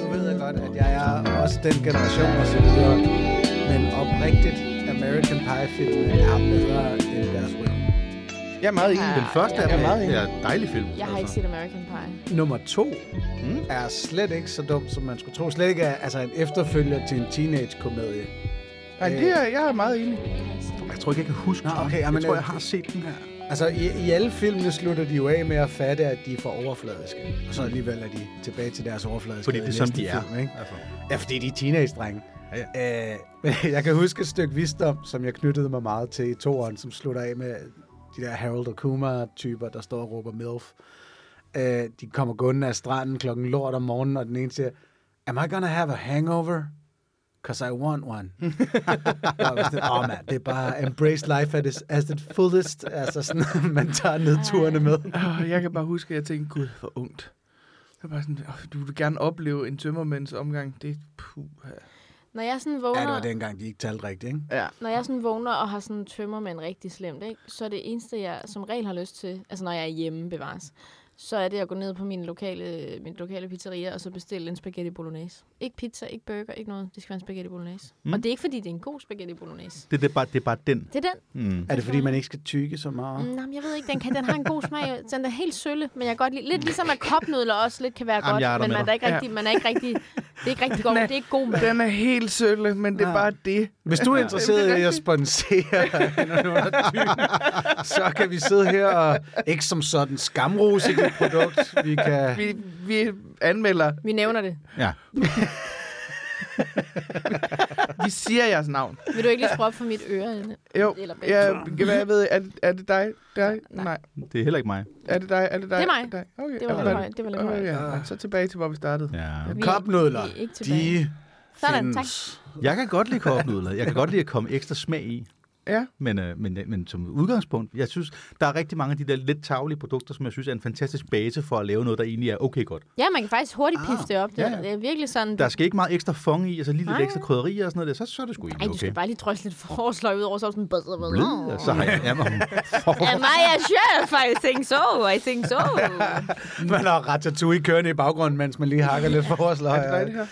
Nu ved jeg godt, at jeg er også den generation og så videre, men oprigtigt American Pie-filmen er bedre end deres ryg. Jeg er meget enig. Den første er Jeg er med. meget Det enig. er en dejlig film. Altså. Jeg har ikke set American Pie. Nummer to Mm. er slet ikke så dum, som man skulle tro. Slet ikke er altså en efterfølger til en teenage-komedie. Nej, det er, jeg er meget enig. Jeg tror ikke, jeg kan huske Nå, den. okay, Jeg jamen, tror, øh, jeg har set den her. Altså, i, i alle filmene slutter de jo af med at fatte, at de er for overfladiske. Og så alligevel er de tilbage til deres overfladiske Fordi det er, i som næste de er. Film, ikke? Altså. Ja, fordi de er teenage-drenge. Ja, ja. Øh, men jeg kan huske et stykke visdom, som jeg knyttede mig meget til i toeren, som slutter af med de der Harold og Kuma-typer, der står og råber MILF. Øh, de kommer gående af stranden klokken lort om morgenen, og den ene siger, Am I gonna have a hangover? Because I want one. Åh, oh, mand, det er bare embrace life at its, as it fullest. Altså sådan, man tager nedturene med. Åh, Jeg kan bare huske, at jeg tænkte, gud, hvor ungt. Det var bare sådan, åh, du vil gerne opleve en tømmermænds omgang. Det er puh. Når jeg sådan Ja, det var vågner, dengang, de ikke talte rigtigt, ikke? Ja. når jeg sådan vågner og har sådan tømmer med en rigtig slemt, ikke? så er det eneste, jeg som regel har lyst til, altså når jeg er hjemme bevares, så er det at gå ned på min lokale, min lokale pizzeria og så bestille en spaghetti bolognese. Ikke pizza, ikke burger, ikke noget. Det skal være en spaghetti bolognese. Mm. Og det er ikke, fordi det er en god spaghetti bolognese. Det, det, er bare, det er bare den. Det er den. Mm. Er det, fordi man ikke skal tykke så meget? Mm, nej, men jeg ved ikke, den, kan, den har en god smag. Den er helt sølle, men jeg kan godt lide. Lidt ligesom at kopnudler også lidt kan være Jamen, godt, jeg er der men med man er, dig. ikke rigtig, man er ikke rigtig, det er ikke rigtig god, Nej. det er ikke god mad. Den er helt sølle, men det er Ja. bare det. Hvis du er det er interesseret i at rigtigt. sponsere Hænderne under dynen, så kan vi sidde her og ikke som sådan skamrose dit produkt. Vi kan... Vi, vi anmelder, Vi nævner det. Ja. vi siger jeres navn. Vil du ikke lige sproppe for mit øre? Anne? Jo, Eller begge jeg, jeg ved, er det, er det dig? dig? Nej. Nej. Det er heller ikke mig. Er det dig? Er det dig? Det er mig. Dig? Okay. Det var lidt Eller- højt. Det var lidt Okay, højt. Øh, ja. Nej, Så tilbage til, hvor vi startede. Ja. Vi- Kopnudler, vi er ikke tilbage. de Sådan, tak. findes. Jeg kan godt lide kopnudler. Jeg kan godt lide at komme ekstra smag i. Ja. Men, øh, men, men som udgangspunkt, jeg synes, der er rigtig mange af de der lidt tavlige produkter, som jeg synes er en fantastisk base for at lave noget, der egentlig er okay godt. Ja, man kan faktisk hurtigt pifte det op. Det, ja, ja, ja. ja. det er virkelig sådan... Der skal ikke meget ekstra fong i, altså lige lidt Nej. ekstra krydderier og sådan noget der, så, så er det sgu Ej, egentlig du skal okay. bare lige drøse lidt forårsløg ud over så er du sådan... Blød, blød, Blød, og så har jeg jamen, for, Am I a chef? I think so. I think so. Man har ratatouille kørende i baggrunden, mens man lige hakker lidt for vores løg. Er det dig, det her?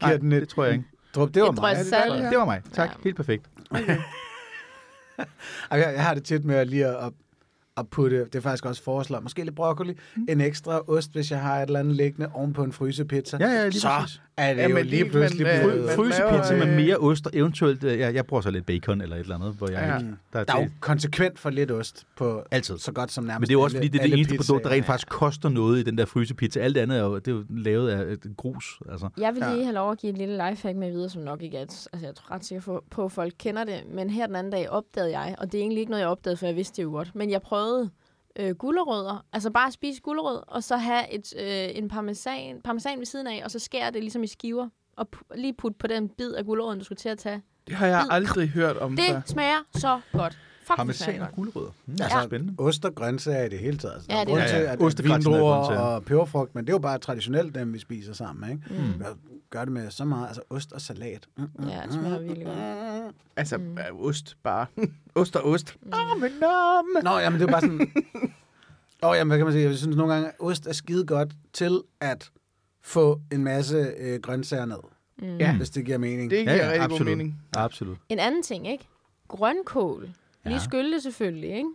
nej, Giver den et det tror jeg ikke. drup. Det var Jeg tror, mig. jeg dig, selv. det her? Det var mig. Tak. Ja. Helt perfekt. Ej, Jeg, jeg har det tit med at lige at, at- at putte, det er faktisk også forslag, måske lidt broccoli, Mm. en ekstra ost, hvis jeg har et eller andet liggende ovenpå en frysepizza. Ja, ja, lige så præcis. er det Ja, jo men lige det- pludselig men, øh, blevet... man Frysepizza laver, med øh, mere ost, og eventuelt, øh, jeg, jeg bruger så lidt bacon eller et eller andet, hvor jeg Ja. ja. ikke... Der, Der er jo det, konsekvent for lidt ost på Altid. så godt som nærmest men det er jo også, alle- fordi det er alle det eneste produkt, der pizzaer. rent faktisk koster noget i den der frysepizza. Alt det andet er jo, det er jo lavet af øh, grus, altså. Jeg vil lige have lov at give et lille lifehack med videre, som nok ikke er... Altså, jeg tror ret sikker på, at folk kender det. Men her den anden dag opdagede jeg, og det er egentlig ikke noget, jeg opdagede, for jeg vidste det jo godt. Men jeg prøvede øh, gulerødder. Altså bare spise gulerød, og så have et, øh, en parmesan, parmesan ved siden af, og så skære det ligesom i skiver. Og pu- lige putte på den bid af gulerøden, du skulle til at tage. Det har jeg aldrig hørt om før. Det smager så godt. Fuck, det smager Parmesan og godt. gulerødder. Mm, ja. Altså, spændende. Ost og grøntsager i det hele taget. Altså, Ja, ja, det det er er det. til, Ja, ja. at Ostegrænsene er vindruer grøntsager. og peberfrugt, men det er jo bare traditionelt dem, vi spiser sammen. Ikke? Mm. Jeg gør det med så meget. Altså ost og salat. Mm, mm, Ja, det smager virkelig godt. Altså, Mm. øh, ost bare. ost og ost. Åh, men nam. Nå, jamen det er bare sådan... Åh, oh, jamen hvad kan man sige? Jeg synes nogle gange, at ost er skide godt til at få en masse øh, grøntsager ned. Mm. Ja. Hvis det giver mening. Det Det... giver ja, ja, rigtig god mening. Absolut. En anden ting, ikke? Grønkål. Lige Ja. skylle det selvfølgelig, ikke?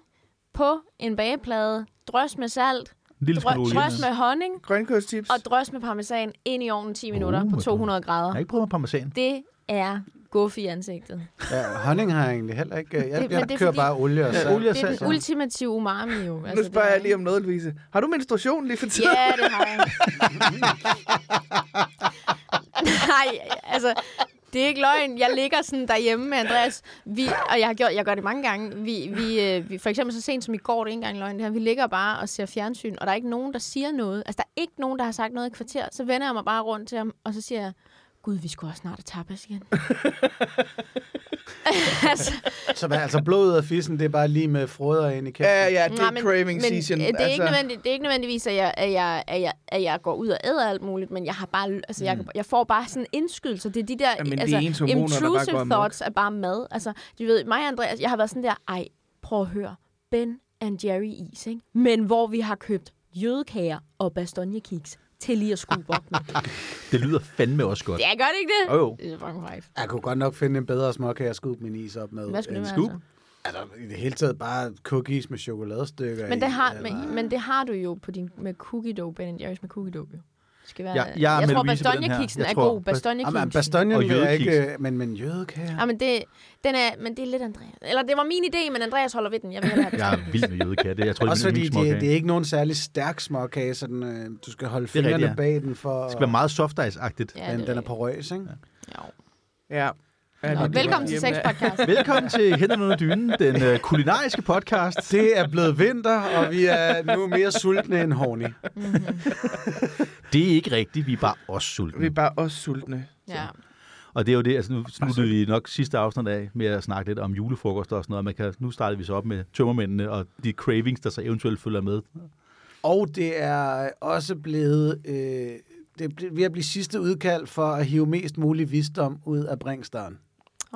På en bageplade. Drøs med salt. En lille Drø- smule olie. drøs med honning. Grønkålstips. Og drøs med parmesan ind i ovnen 10 minutter my på God. 200 grader. Jeg har ikke prøvet med parmesan. Det er guff i ansigtet. Ja, honning har jeg egentlig heller ikke. øh, Jeg, men det, jeg det er kører fordi- bare olie og salt. Altså, olie og Det er den salt. ultimative umami jo. nu altså, det spørger er- jeg lige om noget, Louise. Har du menstruation lige for tiden? Ja, det har jeg. Nej, altså, det er ikke løgn. Jeg ligger sådan derhjemme med Andreas, vi, og jeg har gjort, jeg gør det mange gange. Vi, vi, øh, vi, for eksempel så sent som i går, det er ikke engang løgn det her, vi ligger bare og ser fjernsyn, og der er ikke nogen, der siger noget. Altså, der er ikke nogen, der har sagt noget i et kvarter. Så vender jeg mig bare rundt til ham, og så siger jeg, Gud, vi skulle også snart have tapas igen. altså, Så hvad, altså blodet af fissen, det er bare lige med froder ind i kæften. Ja, ja, det nej, er craving men, season. øh, Det er, altså... ikke altså, nødvendigt, det er ikke nødvendigvis, at jeg, at, jeg, at, jeg, at jeg går ud og æder alt muligt, men jeg har bare, l- altså, jeg, jeg får bare sådan indskydelse. Det er de der Jamen, Mm. det er altså, ens hormoner, der bare går intrusive amok. thoughts er bare mad. Altså, du ved, mig og Andreas, jeg har været sådan der, ej, prøv at høre, Ben and Jerry is, ikke? men hvor vi har købt jødekager og bastonjekiks til lige at skrue op med. Det lyder fandme også godt. Det er godt, ikke det? Jo, jo. Det er fucking fejl. Jeg kunne godt nok finde en bedre småkage at skubbe min is op med. Hvad skal det end- være? scoop. Altså? Altså, i det hele taget bare cookies med chokoladestykker Men i, det, har, eller- men, men det har du jo på din, med cookie dough, Ben Jerry's med cookie dough. Jo. Det skal være, Jeg- jeg, jeg er jeg, med tror, Louise på den her. bastonjekiksen Jeg er tror, god. bas- Jamen, Bastonjekiksen. bastonjen Og vil jeg jødekiks. ikke... øh, Men, men jødekager... Ja, men det, den er, men det er lidt Andreas. Eller det var min idé, men Andreas holder ved den. Jeg vil hellere have Jeg er vild med jødekager. Det, jeg tror, det Også er min fordi yndlingssmåkage. det, det er ikke nogen særlig stærk småkage, så den, øh, du skal holde er rigtigt, fingrene ja. bag den for... Det skal være meget soft agtigt den, Ja, det den er ved jeg porøs, ikke? ikke. Jo. Ja. Ja, Nå, det- Velkommen til Jamen, Sexpodcast. Velkommen til Hænderne under dynen, den øh, kulinariske podcast. Det er blevet vinter, og vi er nu mere sultne end horny. Det er ikke rigtigt, vi er bare også Vi er sultne. bare også sultne. Ja. Og det er jo det, altså nu sluttede vi nok sidste afsnit af med at snakke lidt om julefrokoster og sådan noget. Man kan, nu startede vi så op med tømmermændene og de cravings, der så eventuelt følger med. Og det er også blevet... Øh, det er ble- ved at blive sidste udkald for at hive mest mulig visdom ud af bringstaren.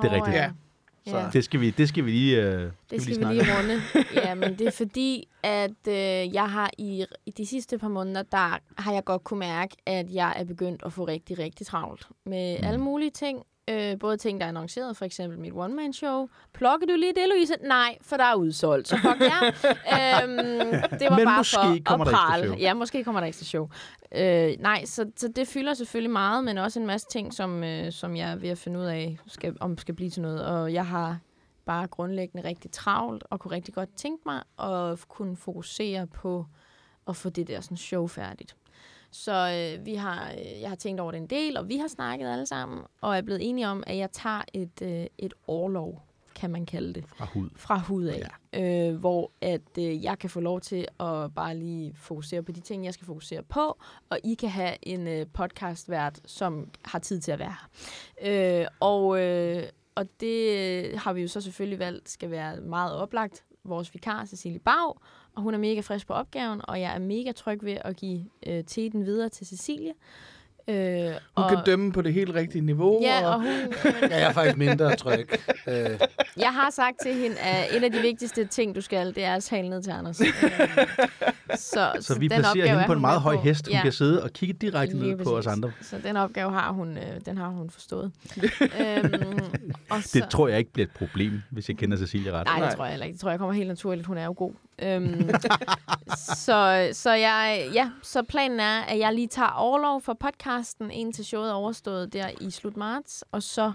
Det er rigtigt. Ja. Så- Ja. Det skal vi, det skal vi lige, øh, det Det skal vi lige runde. Ja, men det er fordi, at øh, jeg har i, i de sidste par måneder, der har jeg godt kunne mærke, at jeg er begyndt at få rigtig, rigtig travlt med Mm. alle mulige ting. Øh, både ting, der er annonceret, for eksempel mit one-man-show. Plukker du lige det, Louise? Nej, for der er udsolgt. Så fuck jer. øhm, det var Men bare måske for kommer at der ekstra prale. show. Ja, måske kommer der ekstra show. Øh, nej, så, så det fylder selvfølgelig meget, men også en masse ting, som, øh, som jeg er ved at finde ud af, skal, om skal blive til noget. Og jeg har bare grundlæggende rigtig travlt, og kunne rigtig godt tænke mig at f- kunne fokusere på at få det der sådan show færdigt. Så øh, vi har, øh, jeg har tænkt over det en del, og vi har snakket alle sammen, og er blevet enige om, at jeg tager et, øh, et årlov, kan man kalde det Fra hud. fra hud af, ja. øh, hvor at øh, jeg kan få lov til at bare lige fokusere på de ting, jeg skal fokusere på, og I kan have en øh, podcastvært, som har tid til at være her. Øh, og, øh, og det øh, har vi jo så selvfølgelig valgt skal være meget oplagt. Vores vikar, Cecilie Bag, og hun er mega frisk på opgaven, og jeg er mega tryg ved at give øh, teten videre til Cecilie. Øh, Hun og, kan dømme på det helt rigtige niveau. Ja, og og... hun, Ja, jeg er faktisk mindre tryg. Øh, Jeg har sagt til hende, at en af de vigtigste ting, du skal, det er at tale ned til Anders. Øhm, så, Så vi den opgave placerer hende er på en hun meget med høj hest. Hun Ja, kan sidde og kigge direkte lige ned på os præcis. andre. Så den opgave har hun, øh, den har hun forstået. øhm, og så, Det tror jeg ikke bliver et problem, hvis jeg kender Cecilie ret. Nej, Nej. det tror jeg heller ikke. Det tror jeg kommer helt naturligt. Hun er jo god. Øhm, så, så, jeg, ja, så planen er, at jeg lige tager overlov for podcasten, indtil showet er overstået der i slut marts, og så,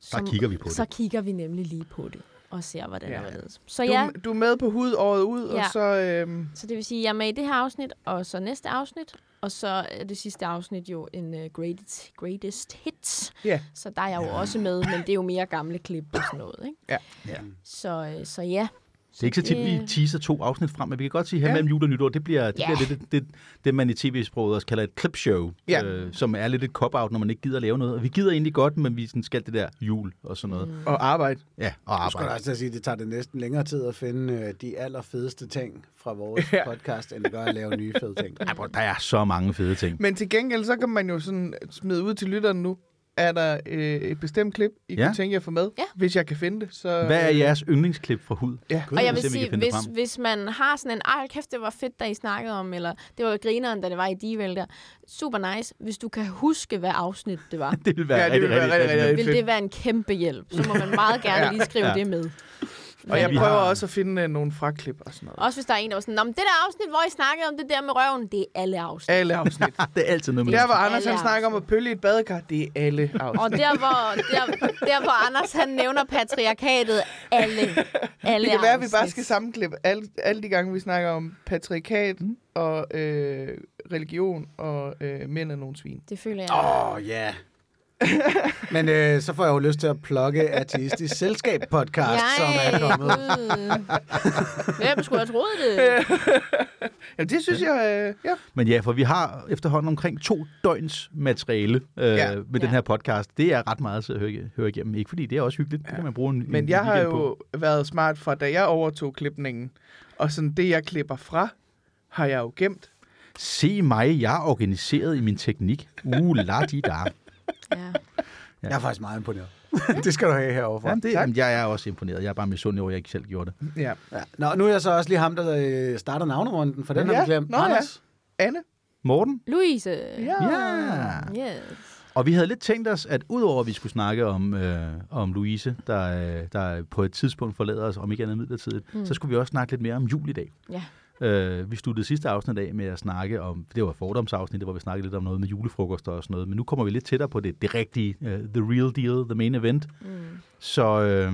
som- kigger vi på så det. kigger vi nemlig lige på det og ser, hvordan Ja. det er. Så Du, ja, du er med på hud året ud, og Ja. så... Øhm, Så det vil sige, at jeg er med i det her afsnit, og så næste afsnit, og så er det sidste afsnit jo en uh, greatest, greatest hits. Ja. Så der er jeg jo også med, men det er jo mere gamle klip og sådan noget. Ikke? Ja. Ja. Så, øh, så ja. Det er ikke så tit, det- vi teaser to afsnit frem, men vi kan godt sige, at her Ja. mellem jul og nytår, det bliver, det, Ja. bliver lidt, et- det, det, man i tv-sproget også kalder et clipshow, Ja. øh, som er lidt et cop-out, når man ikke gider at lave noget. Og vi gider egentlig godt, men vi sådan skal det der jul og sådan noget. Mm. og arbejde. Ja, og du skal da arbejde. også til at sige, at det tager det næsten længere tid at finde øh, de allerfedeste ting fra vores Ja. podcast, end det gør at lave nye fede ting. Ej, bror, der er så mange fede ting. Men til gengæld, så kan man jo sådan smide ud til lytteren nu. Er der øh, et bestemt klip, I Ja. ja. kunne tænke jer at få med? Ja. Hvis jeg kan finde det, så... Hvad er jeres yndlingsklip fra hud? øh, Ja. Og jeg vil Mm, se, om vi kan sige, finde det hvis, frem. hvis man har sådan en, ej kæft, det var fedt, da I snakkede om, eller det var grineren, da det var i Divel der. Super nice. Hvis du kan huske, hvad afsnit det var, Det vil være Ja, det rigtig, vil rigtig, være rigtig, rigtig, rigtig, vil fedt. det være en kæmpe hjælp. Så må man meget gerne Ja. lige skrive Ja. ja. det med. Og jeg vi prøver har- også at finde øh, nogle fraklip og sådan noget. Også hvis der er en, der var sådan, Nå, men det der afsnit, hvor I snakkede om det der med røven, det er alle afsnit. Alle afsnit. Det er altid noget, man Der, hvor Alle Anders han snakker om afsnit. at pølle i et badekar, det er alle afsnit. Og der hvor, der, der, hvor Anders han nævner patriarkatet, alle, alle Det kan være, at vi afsnit. bare skal sammenklippe alle, alle de gange, vi snakker om patriarkat mm. og øh, religion og øh, mænd er nogle svin. Det føler jeg. Åh, oh, ja. Yeah. Men øh, så får jeg jo lyst til at plukke Artistisk Selskab podcast, som er kommet. gud. Hvem skulle have troet det? Jamen, det synes jeg... Øh, ja. Men ja, for vi har efterhånden omkring to døgns materiale øh, Ja. ja. med Ja. den her podcast. Det er ret meget at høre, høre igennem. Ikke fordi det er også hyggeligt. Ja. Det kan man bruge en, Men en jeg har weekend på. jo været smart fra, da jeg overtog klipningen. Og sådan det, jeg klipper fra, har jeg jo gemt. Se mig, jeg er organiseret i min teknik. Uh, la di da. Ja. Jeg er faktisk meget imponeret. det skal du have herovre. Jamen, det, jamen, jeg er også imponeret. Jeg er bare misundelig over, at jeg ikke selv gjorde det. Ja. Ja. Nå, nu er jeg så også lige ham, der øh, starter navnerunden, for den Ja, har vi glemt. nå ja. Anders? Anne? Morten? Louise. Ja. Ja. Yes. Og vi havde lidt tænkt os, at udover at vi skulle snakke om, øh, om Louise, der, øh, der på et tidspunkt forlader os, om ikke andet midlertidigt, mm. så skulle vi også snakke lidt mere om jul i dag. Ja. Øh, vi sluttede sidste afsnit af med at snakke om, det var fordomsafsnittet, hvor vi snakkede lidt om noget med julefrokoster og sådan noget, men nu kommer vi lidt tættere på det, det rigtige, øh, the real deal, the main event. Mm. Så, øh,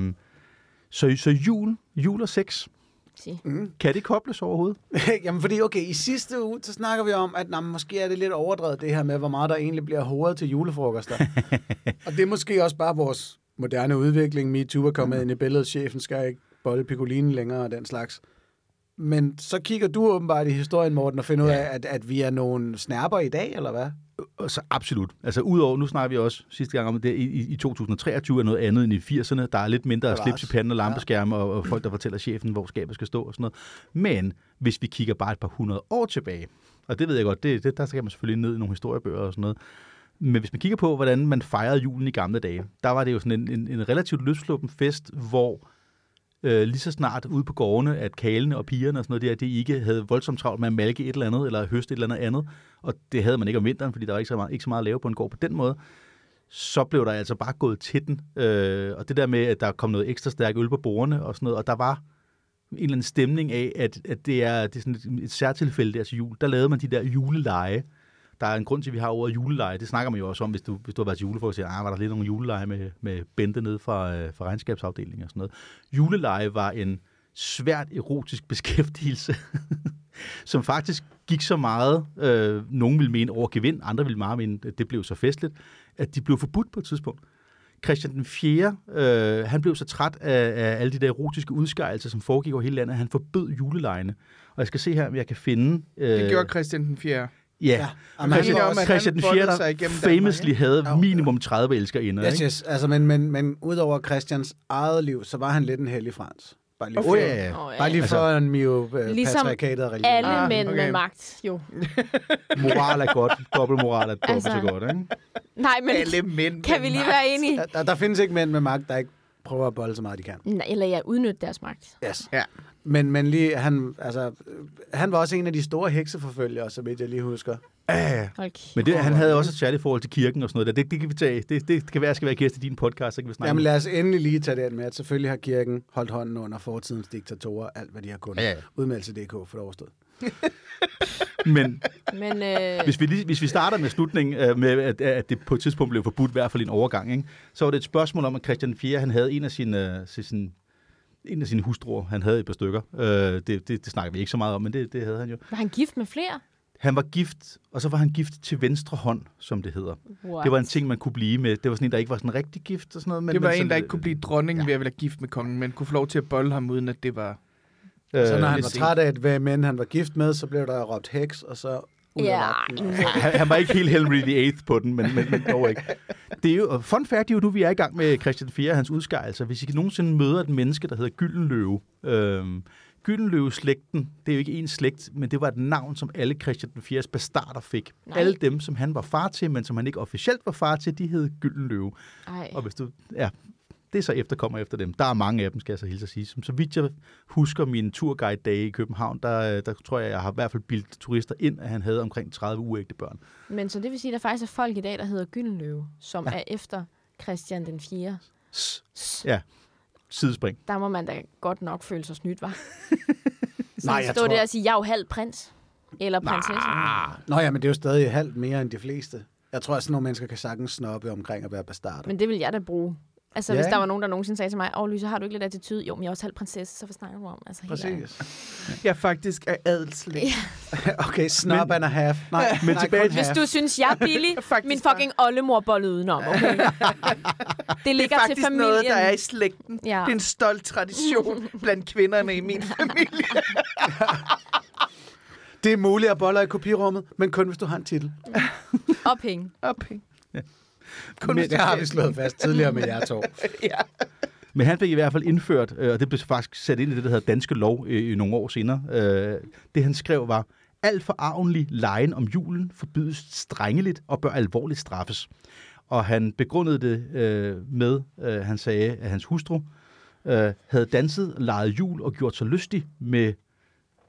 så, så jul, jul og sex, Sig. kan det kobles overhovedet? Jamen, fordi okay, i sidste uge, så snakker vi om, at nå, men måske er det lidt overdrevet det her med, hvor meget der egentlig bliver hovedet til julefrokoster. og det er måske også bare vores moderne udvikling. MeToo er Mm. kommet ind i billedet. Chefen skal ikke bolle picolinen længere og den slags. Men så kigger du åbenbart i historien, Morten, og finder ja. ud af, at, at vi er nogle snærper i dag, eller hvad? Så absolut. Altså udover, nu snakker vi også sidste gang om, at det i, i- i 2023 er noget andet end i 80'erne. Der er lidt mindre Bevares. slips i panden og lampeskærme og, og folk, der fortæller chefen, hvor skabet skal stå og sådan noget. Men hvis vi kigger bare et par hundrede år tilbage, og det ved jeg godt, det, det, der skal man selvfølgelig ned i nogle historiebøger og sådan noget. Men hvis man kigger på, hvordan man fejrede julen i gamle dage, der var det jo sådan en, en, en relativt løsluppen fest, hvor øh, lige så snart ude på gårdene, at kalene og pigerne og sådan noget der, de ikke havde voldsomt travlt med at malke et eller andet, eller høste et eller andet andet. Og det havde man ikke om vinteren, fordi der var ikke så meget, ikke så meget at lave på en gård på den måde. Så blev der altså bare gået til den. Øh, og det der med, at der kom noget ekstra stærk øl på bordene og sådan noget, og der var en eller anden stemning af, at, at det, er, det er sådan et, et særtilfælde der til jul. Der lavede man de der juleleje. Der er en grund til, at vi har ordet juleleje. Det snakker man jo også om, hvis du, hvis du har været til julefrokost og siger, ah, var der lidt nogle juleleje med, med Bente nede fra, øh, fra regnskabsafdelingen og sådan noget. Juleleje var en svært erotisk beskæftigelse, som faktisk gik så meget, øh, nogen ville mene over gevind, andre ville meget mene, at det blev så festligt, at de blev forbudt på et tidspunkt. Christian den 4., øh, han blev så træt af, af alle de der erotiske udskejelser, som foregik over hele landet, at han forbød julelejene. Og jeg skal se her, om jeg kan finde... Øh, Det gjorde Christian den 4. Ja. Og man Christian, kan om, at han Christian den boldede 4., sig der igennem famously Danmark, havde minimum 30 elskerinder. Yes, ikke? yes. Altså, men, men, men udover Christians eget liv, så var han lidt en heldig frans. Bare lige for, Åh, Oh, ja, ja. Åh, ja. Bare lige for altså, en mio øh, Ligesom patriarkatet og religion. Alle Ah, ah, mænd okay. okay. med magt, jo. Moral er godt, dobbelt moral er dobbelt Altså, altså, så godt. Ikke? Nej, men Alle mænd. kan vi lige være enige? Der, der, der findes ikke mænd med magt, der ikke prøver at bolde så meget, de kan. Nej, eller ja, udnytte deres magt. Yes. Ja. Men, men lige, han, altså, øh, han var også en af de store hekseforfølgere, så vidt jeg lige husker. Hold kæft. Men det, han havde også et særligt forhold til kirken og sådan noget. Der. Det, det, kan vi tage. Det, det kan være, at jeg skal være gæst i din podcast, så kan vi snakke Jamen om lad os endelig lige tage den med, at selvfølgelig har kirken holdt hånden under fortidens diktatorer, alt hvad de har kunnet. Ja, ja. Udmeldelse.dk for det overstået. det. Men Men øh, hvis vi, lige, hvis vi starter med slutningen, øh, med at, at det på et tidspunkt blev forbudt, i hvert fald i en overgang, ikke? så var det et spørgsmål om, at Christian 4. han havde en af sine, øh, sin- sin, en af sine hustruer, han havde et par stykker. Øh, det, det, det snakker vi ikke så meget om, men det, det havde han jo. var han gift med flere? Han var gift, og så var han gift til venstre hånd, som det hedder. What? Det var en ting, man kunne blive med. Det var sådan en, der ikke var sådan rigtig gift og sådan noget. Men, Det var men en, sådan- der ikke kunne blive dronning ja. ved at være gift med kongen, men kunne få lov til at bolle ham, uden at det var... Øh, Så når han lidt var sent. træt af, at hvad mænd han var gift med, så blev der råbt heks, og så ud af Ja, vagten. han, han var ikke helt Henry VIII på den, men, men, men dog ikke. Det er jo, og fun fact, det er jo nu, vi er i gang med Christian IV og hans udskejelser. Hvis I nogensinde møder et menneske, der hedder Gyldenløve, øhm, Gyldenløve-slægten, det er jo ikke en slægt, men det var et navn, som alle Christian IV's bastarder fik. Nej. Nej. Alle dem, som han var far til, men som han ikke officielt var far til, de hed Gyldenløve. Ej. Og hvis du, ja, det er så efterkommer efter dem. Der er mange af dem, skal jeg så hilse at sige. Som så vidt jeg husker min turguide-dage i København, der, øh, der tror jeg, jeg har i hvert fald bildt turister ind, at han havde omkring 30 uægte børn. Men så det vil sige, at der faktisk er folk i dag, der hedder Gyldenløve, som ja. er efter Christian den 4. S- ja, sidespring. Der må man da godt nok føle sig snydt, var. Nej, jeg Stå tror- der og sige, jeg er jo halv prins. Eller prinsesse. Nå ja, men det er jo stadig halvt mere end de fleste. Jeg tror, at sådan nogle mennesker kan sagtens snoppe omkring at være bastarder. Men det vil jeg da bruge Altså, Ja, ja. hvis ikke? der var nogen, der nogensinde sagde til mig, åh, Lyse, har du ikke lidt attitude? Jo, men jeg er også halv prinsesse, så hvad snakker du om? Altså, helt ærligt. Præcis. Jeg faktisk er adelslæg. Ja. Okay, snob Men- and a half. Nej, Men nej, tilbage- kun Hvis half. du synes, jeg er billig, Faktisk min fucking oldemor bollede udenom, okay? Det Det ligger er til faktisk familien. noget, der er i slægten. Ja. Det er en stolt tradition blandt kvinderne i min familie. Det er muligt at boller i kopirummet, men kun hvis du har en titel. Og penge. Og penge. Kun men, hvis du det har kan. vi slået fast tidligere med jer to. Ja. Men han fik i hvert fald indført, øh, og det blev faktisk sat ind i det, der hedder Danske Lov øh, i nogle år senere. Øh, det han skrev var, alt for arvenlig lejen om julen forbydes strengeligt og bør alvorligt straffes. Og han begrundede det øh, med, øh, han sagde, at hans hustru øh, havde danset, lejet jul og gjort sig lystig med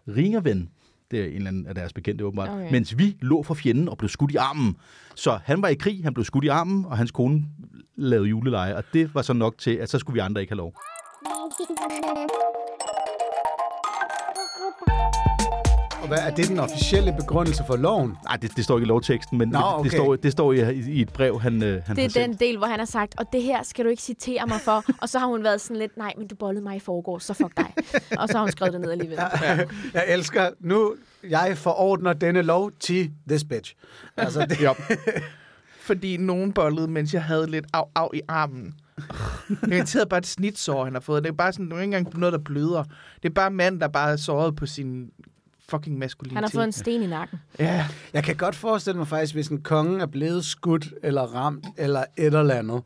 Ringerven. Det er en eller anden af deres bekendte åbenbart. Okay. Okay. Mens vi lå for fjenden og blev skudt i armen. Så han var i krig, han blev skudt i armen, og hans kone lavede juleleje. Og det var så nok til, at så skulle vi andre ikke have lov. Og hvad, er det den officielle begrundelse for loven? Nej, det, det står ikke i lovteksten, men Nå, Nå, okay. okay. det, står, det står i, i et brev, han, øh, Det er han har den sendt. del, hvor han har sagt, og det her skal du ikke citere mig for. Og så har hun været sådan lidt, nej, men du bollede mig i forgårs, så fuck dig. Og så har hun skrevet det ned alligevel. Jeg elsker, nu jeg forordner denne lov til this bitch. Altså, det, Fordi nogen bollede, mens jeg havde lidt af, af i armen. Jeg irriterede bare et snitsår, han har fået. Det er bare sådan, det er ikke engang noget, der bløder. Det er bare en mand, der bare er såret på sin fucking maskulinitet. Han har fået en sten i nakken. Ja, jeg kan godt forestille mig faktisk, hvis en konge er blevet skudt eller ramt eller et eller andet,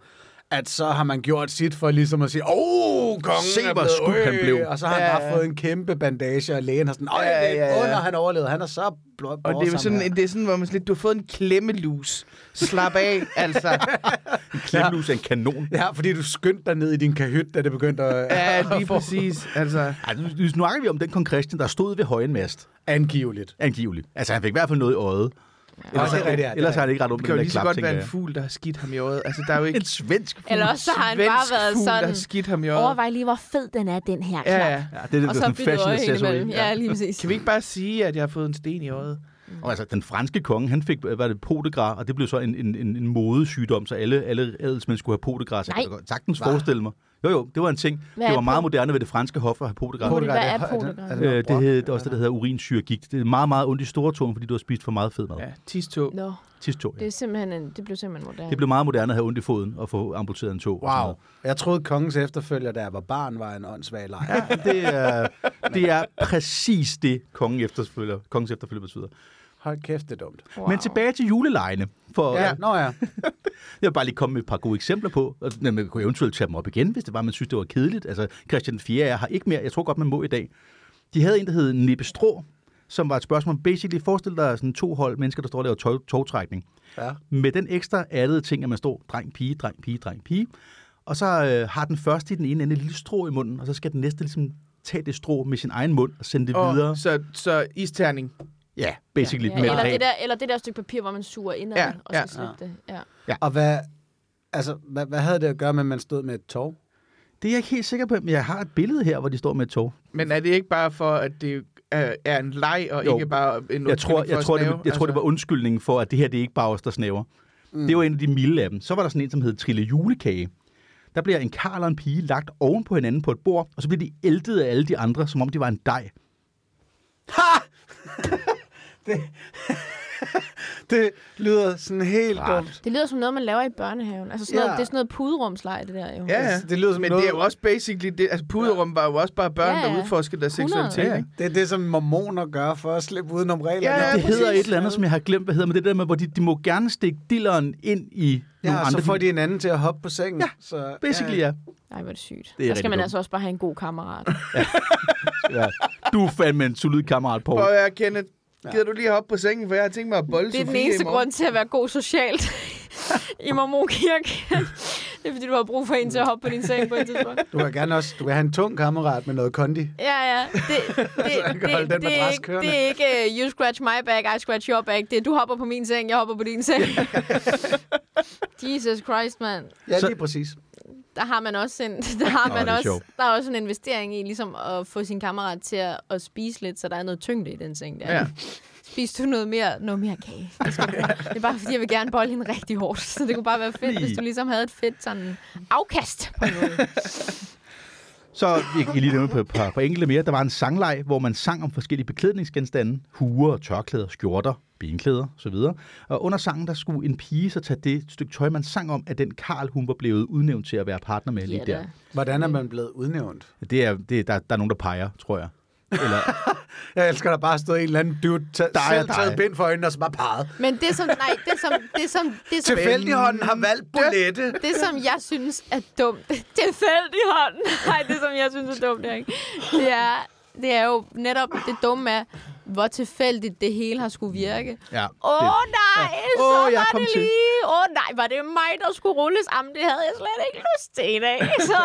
at så har man gjort sit for ligesom at sige, åh, kongen Se, er hvor blevet, skudt han øh," blev. Og så har Ja, han bare ja. fået en kæmpe bandage, og lægen har sådan, åh, ja, ja, ja. under han overlevede, han er så blot og det er jo sådan, det er sådan hvor man sådan lidt, du har fået en klemmelus. Slap af, altså. Klemlus er en kanon. Ja, fordi du skyndte dig ned i din kahyt, da det begyndte at Ja, lige præcis. Altså, Ej, nu, nu snakker vi om den kong Christian, der stod ved højen mast, angiveligt. angiveligt. Altså, han fik i hvert fald noget i øjet. Ellers, det er rigtigt, ja, det ellers er har han ikke ret op det med kan jo den der lige så klap, godt tænker være en jeg. fugl, der har skidt ham i øjet. Altså, der er jo ikke En svensk fugl. Eller også så har han svensk bare været fugl, der har sådan, skidt ham i øjet. overvej lige, hvor fed den er, den her Ja, knap. ja. Ja, det er det, der Og sådan så en byttede fashion øje ind accessory. imellem. Ja, lige præcis. Kan vi ikke bare sige, at jeg har fået en sten i øjet? Og altså, den franske konge, han fik, hvad var det, potegras, og det blev så en, en, en, en modesygdom, så alle, alle adelsmænd skulle have potegras. Jeg Nej. kan godt sagtens forestille mig. Jo, jo, det var en ting. Hvad det er var meget po- moderne ved det franske hof at have potegras. Potegras. Hvad er Er Øh, det det hed også det, der hedder urinsyregigt. Det er meget, meget ondt i store tåen, fordi du har spist for meget fed mad. Ja. Ja, tistog. Nå, Tidstog, det, ja. er simpelthen en, det blev simpelthen moderne. Det blev meget moderne at have ondt i foden og få amputeret en tog. og sådan Wow. Jeg troede, kongens efterfølger, da jeg var barn, var en åndssvag lejr. noget. Det er, det er præcis det, kongen efterfølger, kongens efterfølger betyder. Hold kæft, det er dumt. wow. Wow. Men tilbage til julelejene. For, ja. Ja, nå ja. Jeg vil bare lige komme med et par gode eksempler på, og men man kunne eventuelt tage dem op igen, hvis det var, man synes, det var kedeligt. Altså, Christian 4 er har ikke mere. Jeg tror godt, man må i dag. De havde en, der hed Nippe Strå, som var et spørgsmål. Basically, forestil dig sådan to hold mennesker, der står og laver tog, togtrækning. ja. med den ekstra addede ting, at man står dreng, pige, dreng, pige, dreng, pige. Og så øh, har den første i den ene ende et lille strå i munden, og så skal den næste ligesom tage det strå med sin egen mund og sende det Og videre. så, så isterning. Ja, basically. ja, med eller, et det ræb. der, eller det der stykke papir, hvor man suger indad Ja, og skal ja. ja, slippe det. Ja. Og hvad, altså, hvad, hvad havde det at gøre med, at man stod med et tog? det er jeg ikke helt sikker på, men jeg har et billede her, hvor de står med et tog. Men er det ikke bare for, at det er, er en leg, og Jo. jo. ikke bare en Jeg tror, undskyldning for jeg, at tror, det, snæve? altså- jeg tror, det var undskyldningen for, at det her det er ikke bare os, der snæver. Mm. Det var en af de milde af dem. Så var der sådan en, som hed Trille Julekage. Der bliver en karl og en pige lagt oven på hinanden på et bord, og så bliver de æltet af alle de andre, som om de var en dej. Det lyder sådan helt Klart. dumt. Det lyder som noget, man laver i børnehaven. Altså sådan noget, Ja. det er sådan noget puderumsleje, det der jo. Ja, ja. Altså, det lyder som Men noget- det er jo også basically... Det, altså, puderum var jo også bare børn, Ja, ja, ja. ja. der udforskede deres 100. seksualitet. Ja, Ja, ja. ja. Det er det, som mormoner gør for at slippe udenom reglerne. Ja, det præcis. hedder et eller andet, som jeg har glemt, hvad hedder, men det der med, hvor de, de må gerne stikke dilleren ind i Ja, nogle og andre. så får de en anden til at hoppe på sengen. Ja, så, Basically, ja. Nej, hvor er det sygt. Det er der skal rigtig man dumt. altså også bare have en god kammerat. ja. Du er fandme en solid kammerat, Paul. Prøv at høre, Kenneth. Gider du lige hoppe på sengen, for jeg har tænkt mig at bolle Det er den Sofie i eneste morgen. grund til at være god socialt i Mormonkirke. det er fordi, du har brug for en til at hoppe på din seng på et tidspunkt. Du kan gerne også du kan have en tung kammerat med noget kondi. Ja, ja. Det, det, det, kan holde det, den det, er madras ikke, kørende. det er ikke uh, you scratch my back, I scratch your back. Det er, du hopper på min seng, jeg hopper på din seng. Jesus Christ, mand. Ja, Så- lige præcis. Der har man også en, der har Nå, man det er også, sjovt. der er også en investering i ligesom at få sin kammerat til at, at spise lidt, så der er noget tyngde i den seng der. Ja. spiste du noget mere, noget mere kage. Det skal du. Det er bare, fordi jeg vil gerne bolle hende rigtig hårdt. Så det kunne bare være fedt, hvis du ligesom havde et fedt sådan afkast på en måde. Så jeg kan lige nævne på et par, par enkelte mere. Der var en sangleg, hvor man sang om forskellige beklædningsgenstande. Huer, tørklæder, skjorter, benklæder osv. Og under sangen, der skulle en pige så tage det stykke tøj, man sang om, at den Karl, hun var blevet udnævnt til at være partner med lige Ja, der. da. Hvordan er man blevet udnævnt? Det er, det, der, der er nogen, der peger, tror jeg. Eller, Jeg elsker, der bare stod en eller anden dude, der er selv dig. taget bind for øjnene, og så bare peget. Men det som, nej, det som, det som, det som, Tilfældighånden har valgt bolette. det, som jeg synes er dumt, tilfældig hånd, nej, det som jeg synes er dumt, det er, ikke. Det, er, det er jo netop det dumme er, hvor tilfældigt det hele har skulle virke. ja, Åh det, oh, nej, ja. så Åh, oh, jeg var kom det til. lige. Åh oh, nej, var det mig, der skulle rulles? Jamen, det havde jeg slet ikke lyst til i dag. Så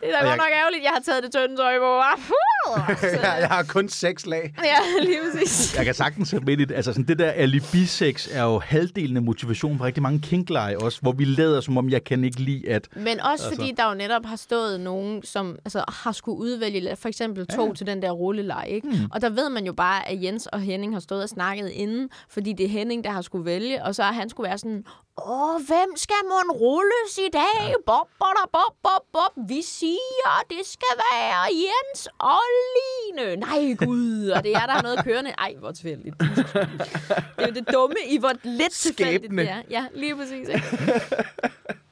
det er da Og jeg- godt nok ærgerligt, jeg har taget det tynde tøj på. Hva? Puh! Så, Ja, jeg har kun seks lag. ja, lige præcis. Jeg kan sagtens have med i det. Altså, sådan, det der alibi-sex er jo halvdelen af motivationen for rigtig mange kinkleje også, hvor vi lader som om, jeg kan ikke lide, at... Men også Altså. altså. fordi der jo netop har stået nogen, som altså, har skulle udvælge for eksempel to ja. til den der rulleleje. Ikke? Mm. Og der ved man jo bare, at Jens og Henning har stået og snakket inden, fordi det er Henning, der har skulle vælge, og så har han skulle være sådan, åh, hvem skal mon rulles i dag? Bob, bob, bob, bob, bob. Vi siger, det skal være Jens og Line. Nej, gud, og det er der har noget kørende. Ej, hvor tilfældigt. Det er jo det dumme i, hvor lidt tilfældigt Skæbne. det er. Ja, lige præcis. Ikke?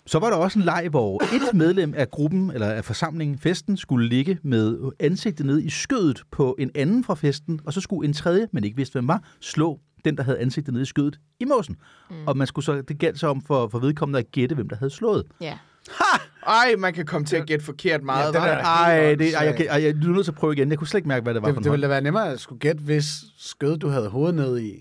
Så var der også en leg, hvor et medlem af gruppen, eller af forsamlingen, festen, skulle ligge med ansigtet ned i skødet på en anden fra festen, og så skulle en tredje, men ikke vidste, hvem var, slå den, der havde ansigtet nede i skødet i måsen. Mm. Og man skulle så, det galt så om for, for vedkommende at gætte, hvem der havde slået. Ja. Ej, man kan komme til at gætte forkert meget. Ja, Ja, den er- var. Ej, helt det, ej, jeg, kan- åndssvagt. ej, jeg, du er nødt til at prøve igen. Jeg kunne slet ikke mærke, hvad det var for Det, en det ville hånd. da være nemmere at skulle gætte, hvis skød du havde hovedet ned i.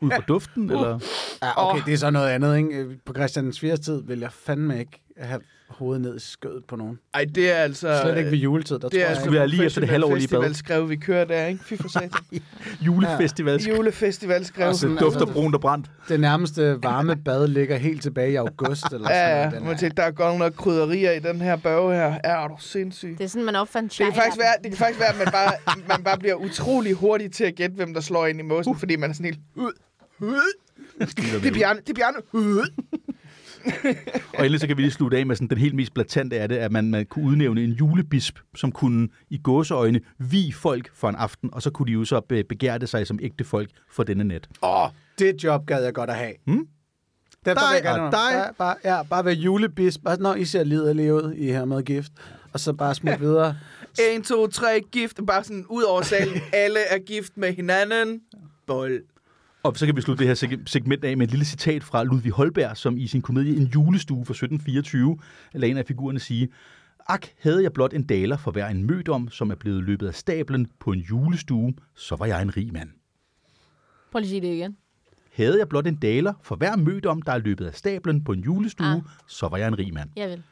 Ud fra duften, eller? Ja, okay, det er så noget andet, ikke? Øh, På Christian Sviers tid ville jeg fandme ikke have hovedet ned i skødet på nogen. Ej, det er altså... Slet ikke ved juletid, der det er tror jeg. altså ikke. skulle være lige efter det halvårlige bad. festivalskrev, vi kører der, ikke? Fy for satan. Julefestival. Julefestivalskrev. Altså, Det dufter brunt og brændt. Det nærmeste varme bad ligger helt tilbage i august, eller sådan Ja, noget. ja. Den Man er- tænker, der er godt nok krydderier i den her børge her. Ja, er du sindssyg. Det er sådan, man opfandt Det kan, faktisk Shia-appen. være, det kan faktisk være, at man bare, man bare bliver utrolig hurtig til at gætte, hvem der slår ind i måsen, uh. fordi man er sådan helt... Uh, uh, det er Bjarne, det er Bjarne. Uh. Og endelig så kan vi lige slutte af med sådan, den helt mest blatante af det, at man, man kunne udnævne en julebisp, som kunne i gåseøjne vi folk for en aften, og så kunne de jo så be- begære det sig som ægte folk for denne nat. Åh, det job gad jeg godt at have. Hmm? Dem, Dig der vil jeg gerne og have. dig. Ja, bare, ja, bare være julebis. Bare, når I ser liderlige ud, I er hermed gift. Og så bare smut videre. 1, 2, 3, gift. Bare sådan ud over salen. Alle er gift med hinanden. Bold. Og så kan vi slutte det her seg- segment af med et lille citat fra Ludvig Holberg, som i sin komedie En julestue fra 1724 lader en af figurerne sige, Ak, havde jeg blot en daler for hver en mødom, som er blevet løbet af stablen på en julestue, så var jeg en rig mand. Prøv lige at sige det igen. Havde jeg blot en daler for hver mødom, der er løbet af stablen på en julestue, Ah. så var jeg en rig mand. Jeg vil.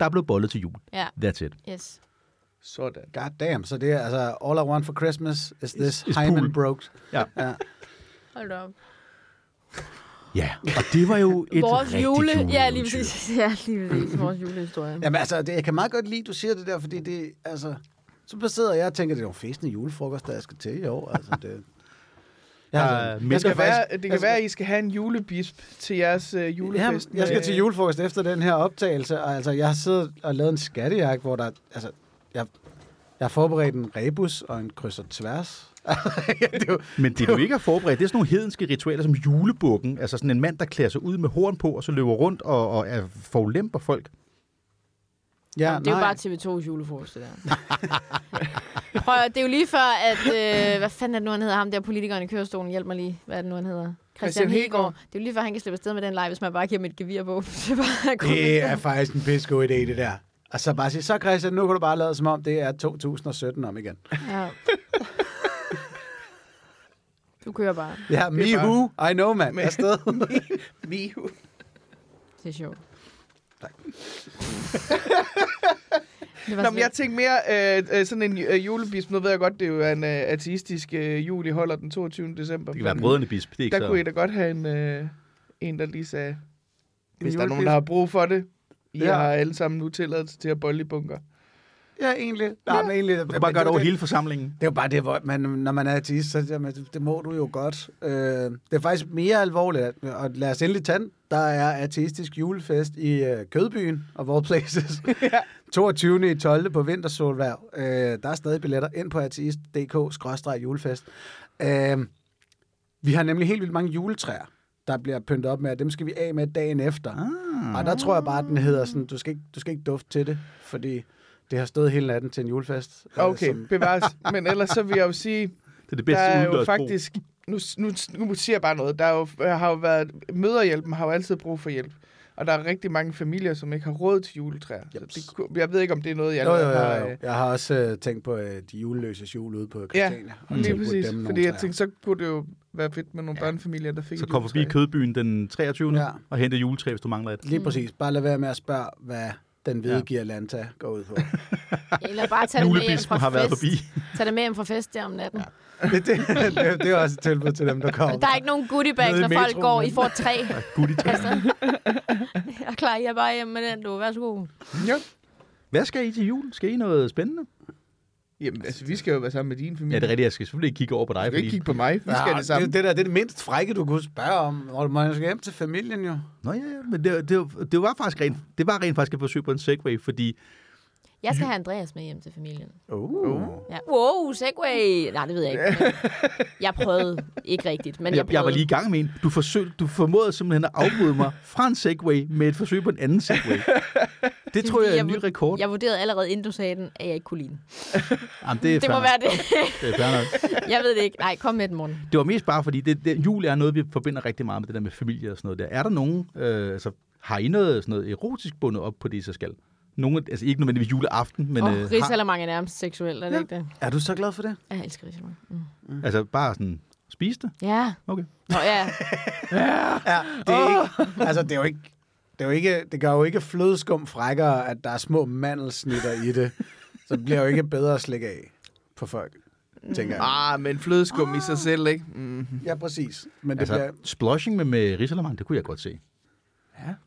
Der blev bollet til jul. Ja, That's it. yes. Sådan. God damn. Så det er altså, all I want for Christmas is this Is- is pool. hymen broke. Ja. ja. Hold da op. Ja, og det var jo et Vores rigtigt jule... Ja, lige juleeventyr. præcis. Ja, lige præcis. Vores julehistorie. Jamen altså, det, jeg kan meget godt lide, du siger det der, fordi det, altså... Så sidder jeg og tænker, det er jo en festende julefrokost, der jeg skal til i år. Altså, det... Jeg, Der har- er jeg Det mindre skal kan, faktisk... være, det kan være, at I skal have en julebisp til jeres øh, Jamen, julefest. jeg skal med- til julefrokost efter den her optagelse, og altså, jeg har siddet og lavet en skattejagt, hvor der... Altså, jeg, jeg har forberedt en rebus og en kryds og tværs. det er jo, Men det, du ikke har forberedt, det er sådan nogle hedenske ritualer som julebukken. Altså sådan en mand, der klæder sig ud med horn på, og så løber rundt og, og er forulemper folk. ja, Jamen, det er jo nej. bare TV2's julefrokost, det der. Prøv at, det er jo lige før, at... Øh, hvad fanden er det nu, han hedder? Ham der politikeren i kørestolen. Hjælp mig lige. Hvad er det nu, han hedder? Christian Christian Hegård. Hegaard. Det er jo lige før, han kan slippe afsted med den leg, hvis man bare giver ham et gevir på. Så er bare kun Det er faktisk en pissegod idé, det der. Og så bare sige, så Christian, nu kan du bare lade som om, det er 2017 om igen. Ja. Du kører bare. Ja, me bare- who, I know, man. med- Afsted. Mihu. Det er sjovt. Det var Nå, så men jeg tænkte mere øh, øh, sådan en øh, julebisp. Nu ved jeg godt, det er jo en øh, ateistisk øh, jul, I holder den 22. december. Det kan være Men brødrene bisp. Det er ikke Der kunne I så... da godt have en, øh, en der lige sagde, hvis der er nogen, julebisp. der har brug for det, I Ja. ja. har alle sammen nu tilladelse til at bolle i bunker. Ja, egentlig. Nej, men egentlig. Du kan bare gøre det over hele forsamlingen. Det er jo bare det, hvor man, når man er ateist, så jamen, det, det må du jo godt. Øh, det er faktisk mere alvorligt, at- og lad os endelig tage den. Der er ateistisk julefest i øh, Kødbyen, og all places. ja. 22. i 12. på Vintersolværv. Øh, der er stadig billetter ind på ateist.dk-julefest. Øh, vi har nemlig helt vildt mange juletræer, der bliver pyntet op med, og dem skal vi af med dagen efter. Ah. Og der tror jeg bare, at den hedder sådan, du skal, ikke, du skal ikke dufte til det, fordi det har stået hele natten til en julefest. øh, som- Okay, bevares. Men ellers så vil jeg jo sige, Det er det der bedste er jo udendørs brug. faktisk... Nu, nu, nu siger jeg bare noget. Der er jo, øh, har jo været... Møderhjælpen har jo altid brug for hjælp. Og der er rigtig mange familier, som ikke har råd til juletræer. Så Jeps. det, ku- jeg ved ikke, om det er noget, jeg Jo, jo, allerede har, jo, øh, jo. Jeg har også øh, tænkt på øh, de juleløses jul ude på Ja, Christiania. og lige tilbudt præcis. dem nogle Fordi jeg træer. tænkte, så kunne det jo være fedt med nogle ja. børnefamilier, der fik Så et kom forbi juletræ. kødbyen den 23. Ja. Ja. og hente juletræ, hvis du mangler et. Mm. Lige præcis. Bare lad være med at spørge, hvad den hvide Ja. girlanta går ud på. Eller bare tage det med hjem Julebisken fra har været fest. forbi. Tag det med hjem fra fest der om natten. Ja. det, det, det, det er også et tilbud til dem, der kommer. Der er ikke nogen goodie Nede bags, i når folk metroen, går. men- I får tre. Goodie træ. Altså, jeg klarer jeg er bare hjem med den, du. Værsgo. Ja. Hvad skal I til jul? Skal I noget spændende? Jamen, altså, vi skal jo være sammen med din familie. Ja, det er rigtigt. Jeg skal selvfølgelig ikke kigge over på dig. Du kan ikke kigge på mig. Vi skal Ja, det samme. det, det, der, det er det mindst frække, du kunne spørge om. Og man skal hjem til familien jo. Nå ja, ja, men det, det, det, var faktisk rent, det var rent faktisk et forsøg på en segway, fordi Jeg skal have Andreas med hjem til familien. Uh. Ja. Wow, segway! Nej, det ved jeg ikke. men Jeg prøvede ikke rigtigt, men jeg, jeg, prøvede. jeg var lige i gang med en. Du, forsøg, du formåede simpelthen at afbryde mig fra en segway med et forsøg på en anden segway. Det tror fordi, jeg er en jeg ny vurd- rekord. Jeg vurderede allerede, inden du sagde den, at jeg ikke kunne lide den. Jamen, det, er Det må fair være det. nok. det er fair nok. Jeg ved det ikke. Nej, kom med den morgen. Det var mest bare fordi, det, det, jul er noget, vi forbinder rigtig meget med det der med familie og sådan noget der. Er der nogen, øh, altså har I noget, sådan noget erotisk bundet op på det, I så skal? Nogen, altså ikke nødvendigvis juleaften, men Men, øh, oh, har, Rigsalermang er nærmest seksuelt, er det Ja. ja. ikke det? Er du så glad for det? Jeg elsker Rigsalermang. Mm. altså bare sådan, spise det? Ja. Okay. Nå, ja. Ja, det er, ikke, Uh. altså, det er jo ikke... Det, er jo ikke, det gør jo ikke flødeskum frækkere, at der er små mandelsnitter i det. Så det bliver jo ikke bedre at slikke af på folk, tænker jeg. Ah, men flødeskum i sig selv, ikke? Mm. Ja, præcis. Men det Altså, altså, bliver splushing med, med risalamande, det kunne jeg godt se.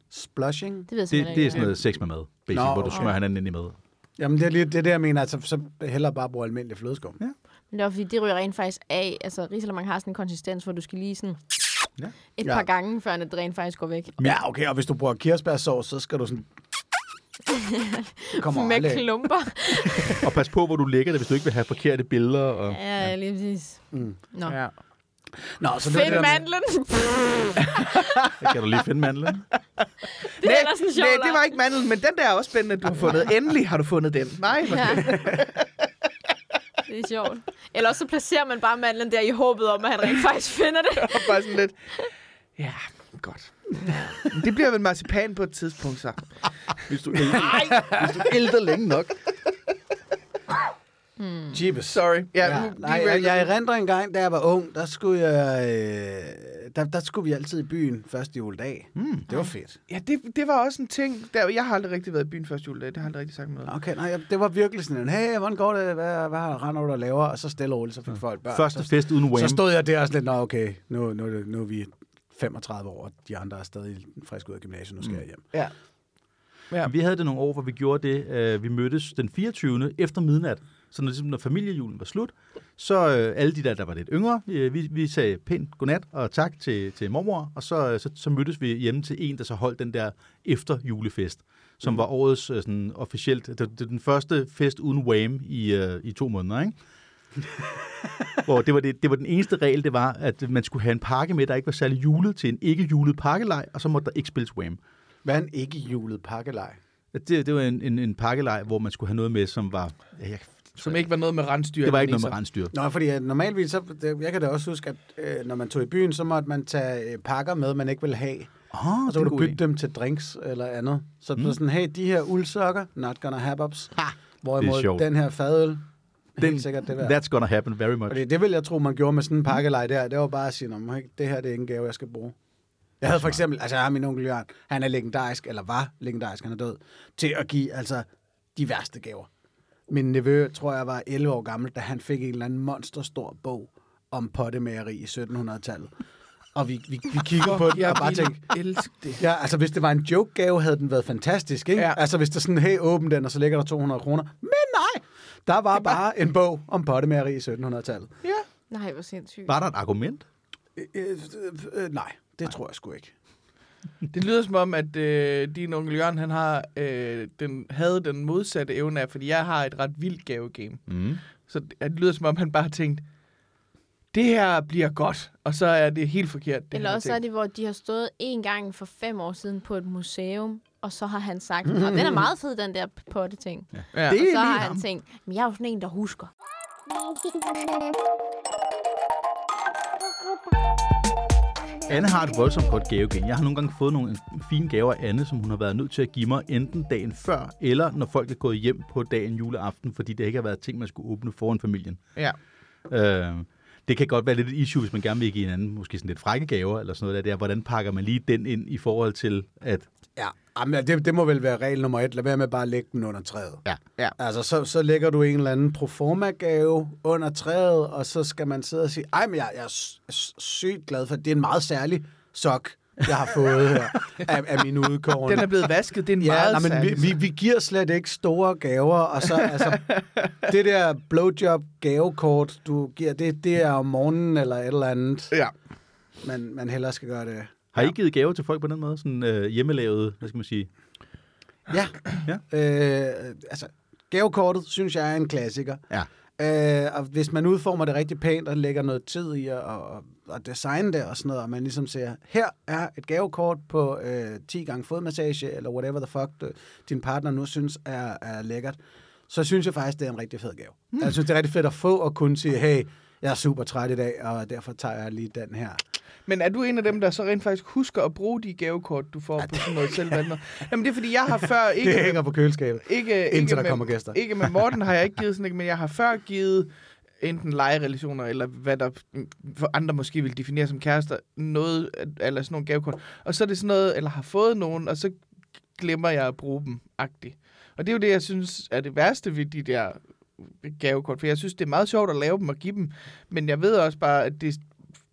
splashing. Det ved jeg Det, simpelthen det er ikke. sådan noget sex med mad, basically, Nå, Nå, hvor du okay. smører hinanden ind i mad. Jamen, det er lige det, er det jeg mener. Altså, så hellere bare bruge almindelig flødeskum. Ja. Men det var, fordi det ryger rent faktisk af. Altså, Rigsalermang har sådan en konsistens, hvor du skal lige sådan Ja. ja. et Ja. par gange, før det rent faktisk går væk. ja, okay. Og hvis du bruger kirsebærsovs, så skal du sådan... Det kommer Med aldrig. af. klumper. Og pas på, hvor du lægger det, hvis du ikke vil have forkerte billeder. Og... Ja, lige præcis. Mm. Nå. Ja. Ja. Nå, så det var Fedt det der med- mandlen. Kan du lige finde mandlen? det er ellers en sjov nej, det leg. var ikke mandlen, men den der er også spændende, du har fundet. Endelig har du fundet den. Nej, hvor Ja. Det er sjovt. Eller også så placerer man bare mandlen der i håbet om, at han rent faktisk finder det. Og bare sådan lidt. Ja, godt. Det bliver vel marcipan på et tidspunkt, så. Hvis du, elder, hvis du elder længe nok. Jeebus. Sorry. Ja, Ja, nu- nej, lige- jeg, jeg erindrer en gang, da jeg var ung, der skulle, jeg, øh, der, der skulle vi altid i byen første juledag. Hmm. Mm. Det var fedt. ja det, det var også en ting. Der, jeg har aldrig rigtig været i byen første juledag. Det har jeg aldrig rigtig sagt noget. Okay, nej, jeg- det var virkelig sådan en, hey, hvordan går det? Hvad, hvad har render du og laver? Og så stille og roligt, så fik folk børn. Første så, fest uden så Wham. stod jeg der også lidt, nå okay, nu, nu, er det- nu er vi 35 år, og de andre er stadig frisk ud af gymnasiet, nu skal jeg hjem. Ja. Ja. Vi havde det nogle år, hvor vi gjorde det. Øh, vi mødtes den 24. efter midnat. Så når, ligesom, når familiejulen var slut, så øh, alle de der, der var lidt yngre, øh, vi, vi sagde pænt godnat og tak til, til mormor, og så, øh, så, så mødtes vi hjemme til en, der så holdt den der efter julefest, som mm. var årets øh, sådan, officielt, det, det, er den første fest uden wham i, øh, i to måneder, ikke? hvor det var, det, det var den eneste regel, det var, at man skulle have en pakke med, der ikke var særlig julet til en ikke julet pakkelej, og så måtte der ikke spilles wham. Hvad er en ikke julet pakkelej? At Det, det var en, en, en pakkelej, hvor man skulle have noget med, som var... Ja, jeg, Som ikke var noget med rensdyr. det var ikke eller noget med nisser. rensdyr. Nå, fordi at normalvis, så, det, jeg kan da også huske, at øh, når man tog i byen, så måtte man tage øh, pakker med, man ikke ville have. Åh, Og Ah, det så er kunne du en god bytte idé. dem til drinks eller andet. Så mm. sådan, hey, de her uldsokker, not gonna have ups. Det er Hvorimod sjovt. den her fadøl, den, Den- helt sikkert det værd. That's gonna happen very much. Fordi det vil jeg tro, man gjorde med sådan en pakkelej der. Det var bare at sige, "Nå, men, det her det er ikke en gave, jeg skal bruge. Jeg havde for eksempel, altså jeg har min onkel Jørgen, han er legendarisk, eller var legendarisk, han er død, til at give altså de værste gaver. Min nevø, tror jeg, var 11 år gammel, da han fik en eller anden monsterstor bog om pottemageri i 1700-tallet. Og vi, vi, vi kigger på den Jeg og bare tænker, ville elske det. Ja, altså hvis det var en joke-gave, havde den været fantastisk, ikke? Ja. Ja. Altså hvis det er sådan, hey, åbn den, og så ligger der 200 kroner. Men Der var bare en bog om pottemageri i 1700-tallet. Ja. Nej, hvor sindssygt. Var der et argument? Øh, øh, øh, nej, det tror jeg sgu ikke. Det lyder som om, at øh, din onkel Jørgen, han har, øh, den, havde den modsatte evne af, fordi jeg har et ret vildt gavegame. Mm. Så det, det lyder som om, han bare har tænkt, det her bliver godt, og så er det helt forkert. Det Eller han har også er tænkt. det, hvor de har stået en gang for fem år siden på et museum, og så har han sagt, og den er meget fed, den der potte-ting. Ja. Ja. Og Det... så har han tænkt, men jeg er jo sådan en, der husker. Anne har et voldsomt godt gavegen. Jeg har nogle gange fået nogle fine gaver af Anne, som hun har været nødt til at give mig, enten dagen før, eller når folk er gået hjem på dagen juleaften, fordi det ikke har været ting, man skulle åbne foran familien. ja. Øh, det kan godt være lidt et issue, hvis man gerne vil give hinanden måske sådan lidt frække gaver, eller sådan noget der, der. Hvordan pakker man lige den ind i forhold til, at Ja, jamen, det, det må vel være regel nummer et. Lad være med bare at lægge den under træet. ja, ja. Altså, så, så lægger du en eller anden proforma-gave under træet, og så skal man sidde og sige, ej, men jeg, jeg er s- s- sygt glad for, det er en meget særlig sok, jeg har fået her af, af min udkårende. Den er blevet vasket, det er en ja, Ja, meget nej, men vi, særlig- vi, vi giver slet ikke store gaver, og så altså, det der blowjob-gavekort, du giver, det, det er om morgenen eller et eller andet, Ja. man, man hellere skal gøre det. har I givet gaver til folk på den måde? Sådan øh, hjemmelavet, hvad skal man sige? Ja, Ja. Øh, altså, gavekortet synes jeg er en klassiker. Ja. Øh, og hvis man udformer det rigtig pænt og lægger noget tid i at og, og designe det og sådan noget, og man ligesom siger, her er et gavekort på øh, 10 gange fodmassage, eller whatever the fuck du, din partner nu synes er, er lækkert, så synes jeg faktisk, det er en rigtig fed gave. Mm. Jeg synes, det er rigtig fedt at få og kunne sige, hey, jeg er super træt i dag, og derfor tager jeg lige den her. Men er du en af dem, der så rent faktisk husker at bruge de gavekort, du får på sådan noget selvvalgte? Jamen det er fordi, jeg har før ikke... Det hænger på køleskabet. ikke, Indtil ikke der med, kommer gæster. Ikke med Morten har jeg ikke givet sådan ikke, men jeg har før givet enten legerelationer, eller hvad der for andre måske vil definere som kærester, noget, eller sådan nogle gavekort. Og så er det sådan noget, eller har fået nogen, og så glemmer jeg at bruge dem, agtigt. Og det er jo det, jeg synes er det værste ved de der gavekort, for jeg synes, det er meget sjovt at lave dem og give dem, men jeg ved også bare, at det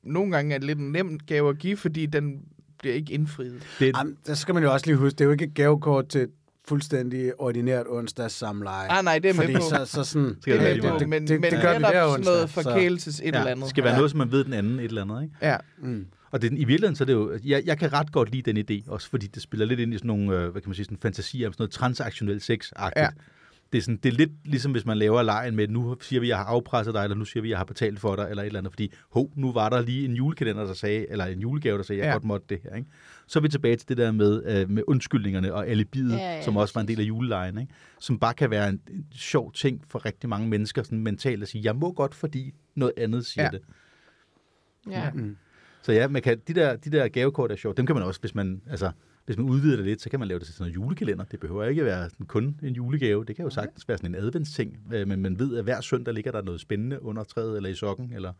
nogle gange er lidt en nem gave at give, fordi den bliver ikke indfriet. Det, er- Jamen, der skal man jo også lige huske, det er jo ikke et gavekort til et fuldstændig ordinært onsdags samleje. Ah, nej, det er med Fordi på. så, så sådan, Skal Det, Ja, det, lige det, det, det, meget. men, det, men det gør vi netop hver sådan onsdag. noget forkælelses et ja, eller andet. skal være Ja. noget, som man ved den anden et eller andet, ikke? Ja. Mm. Og det, i virkeligheden, så er det jo, jeg, jeg kan ret godt lide den idé, også fordi det spiller lidt ind i sådan nogle, øh, hvad kan man sige, sådan fantasier om sådan noget transaktionel sex Ja. ja. det, er sådan, det er lidt ligesom, hvis man laver lejen med, nu siger vi, jeg har afpresset dig, eller nu siger vi, jeg har betalt for dig, eller et eller andet, fordi, ho, nu var der lige en julekalender, der sagde, eller en julegave, der sagde, jeg Ja. ja. godt måtte det her, ikke? Så er vi tilbage til det der med, øh, med undskyldningerne og alibiet, Ja, ja, ja, ja, som også var en præcis. del af julelejen, ikke? Som bare kan være en, en sjov ting for rigtig mange mennesker, sådan mentalt at sige, jeg må godt, fordi noget andet siger Ja. ja. det. Ja. Mm. Så ja, man kan, de, der, de der gavekort er sjovt. Dem kan man også, hvis man, altså, hvis man udvider det lidt, så kan man lave det til sådan en julekalender. Det behøver ikke være sådan, kun en julegave. Det kan jo sagtens være sådan en adventsting. øh, Men man ved, at hver søndag ligger der noget spændende under træet eller i sokken, eller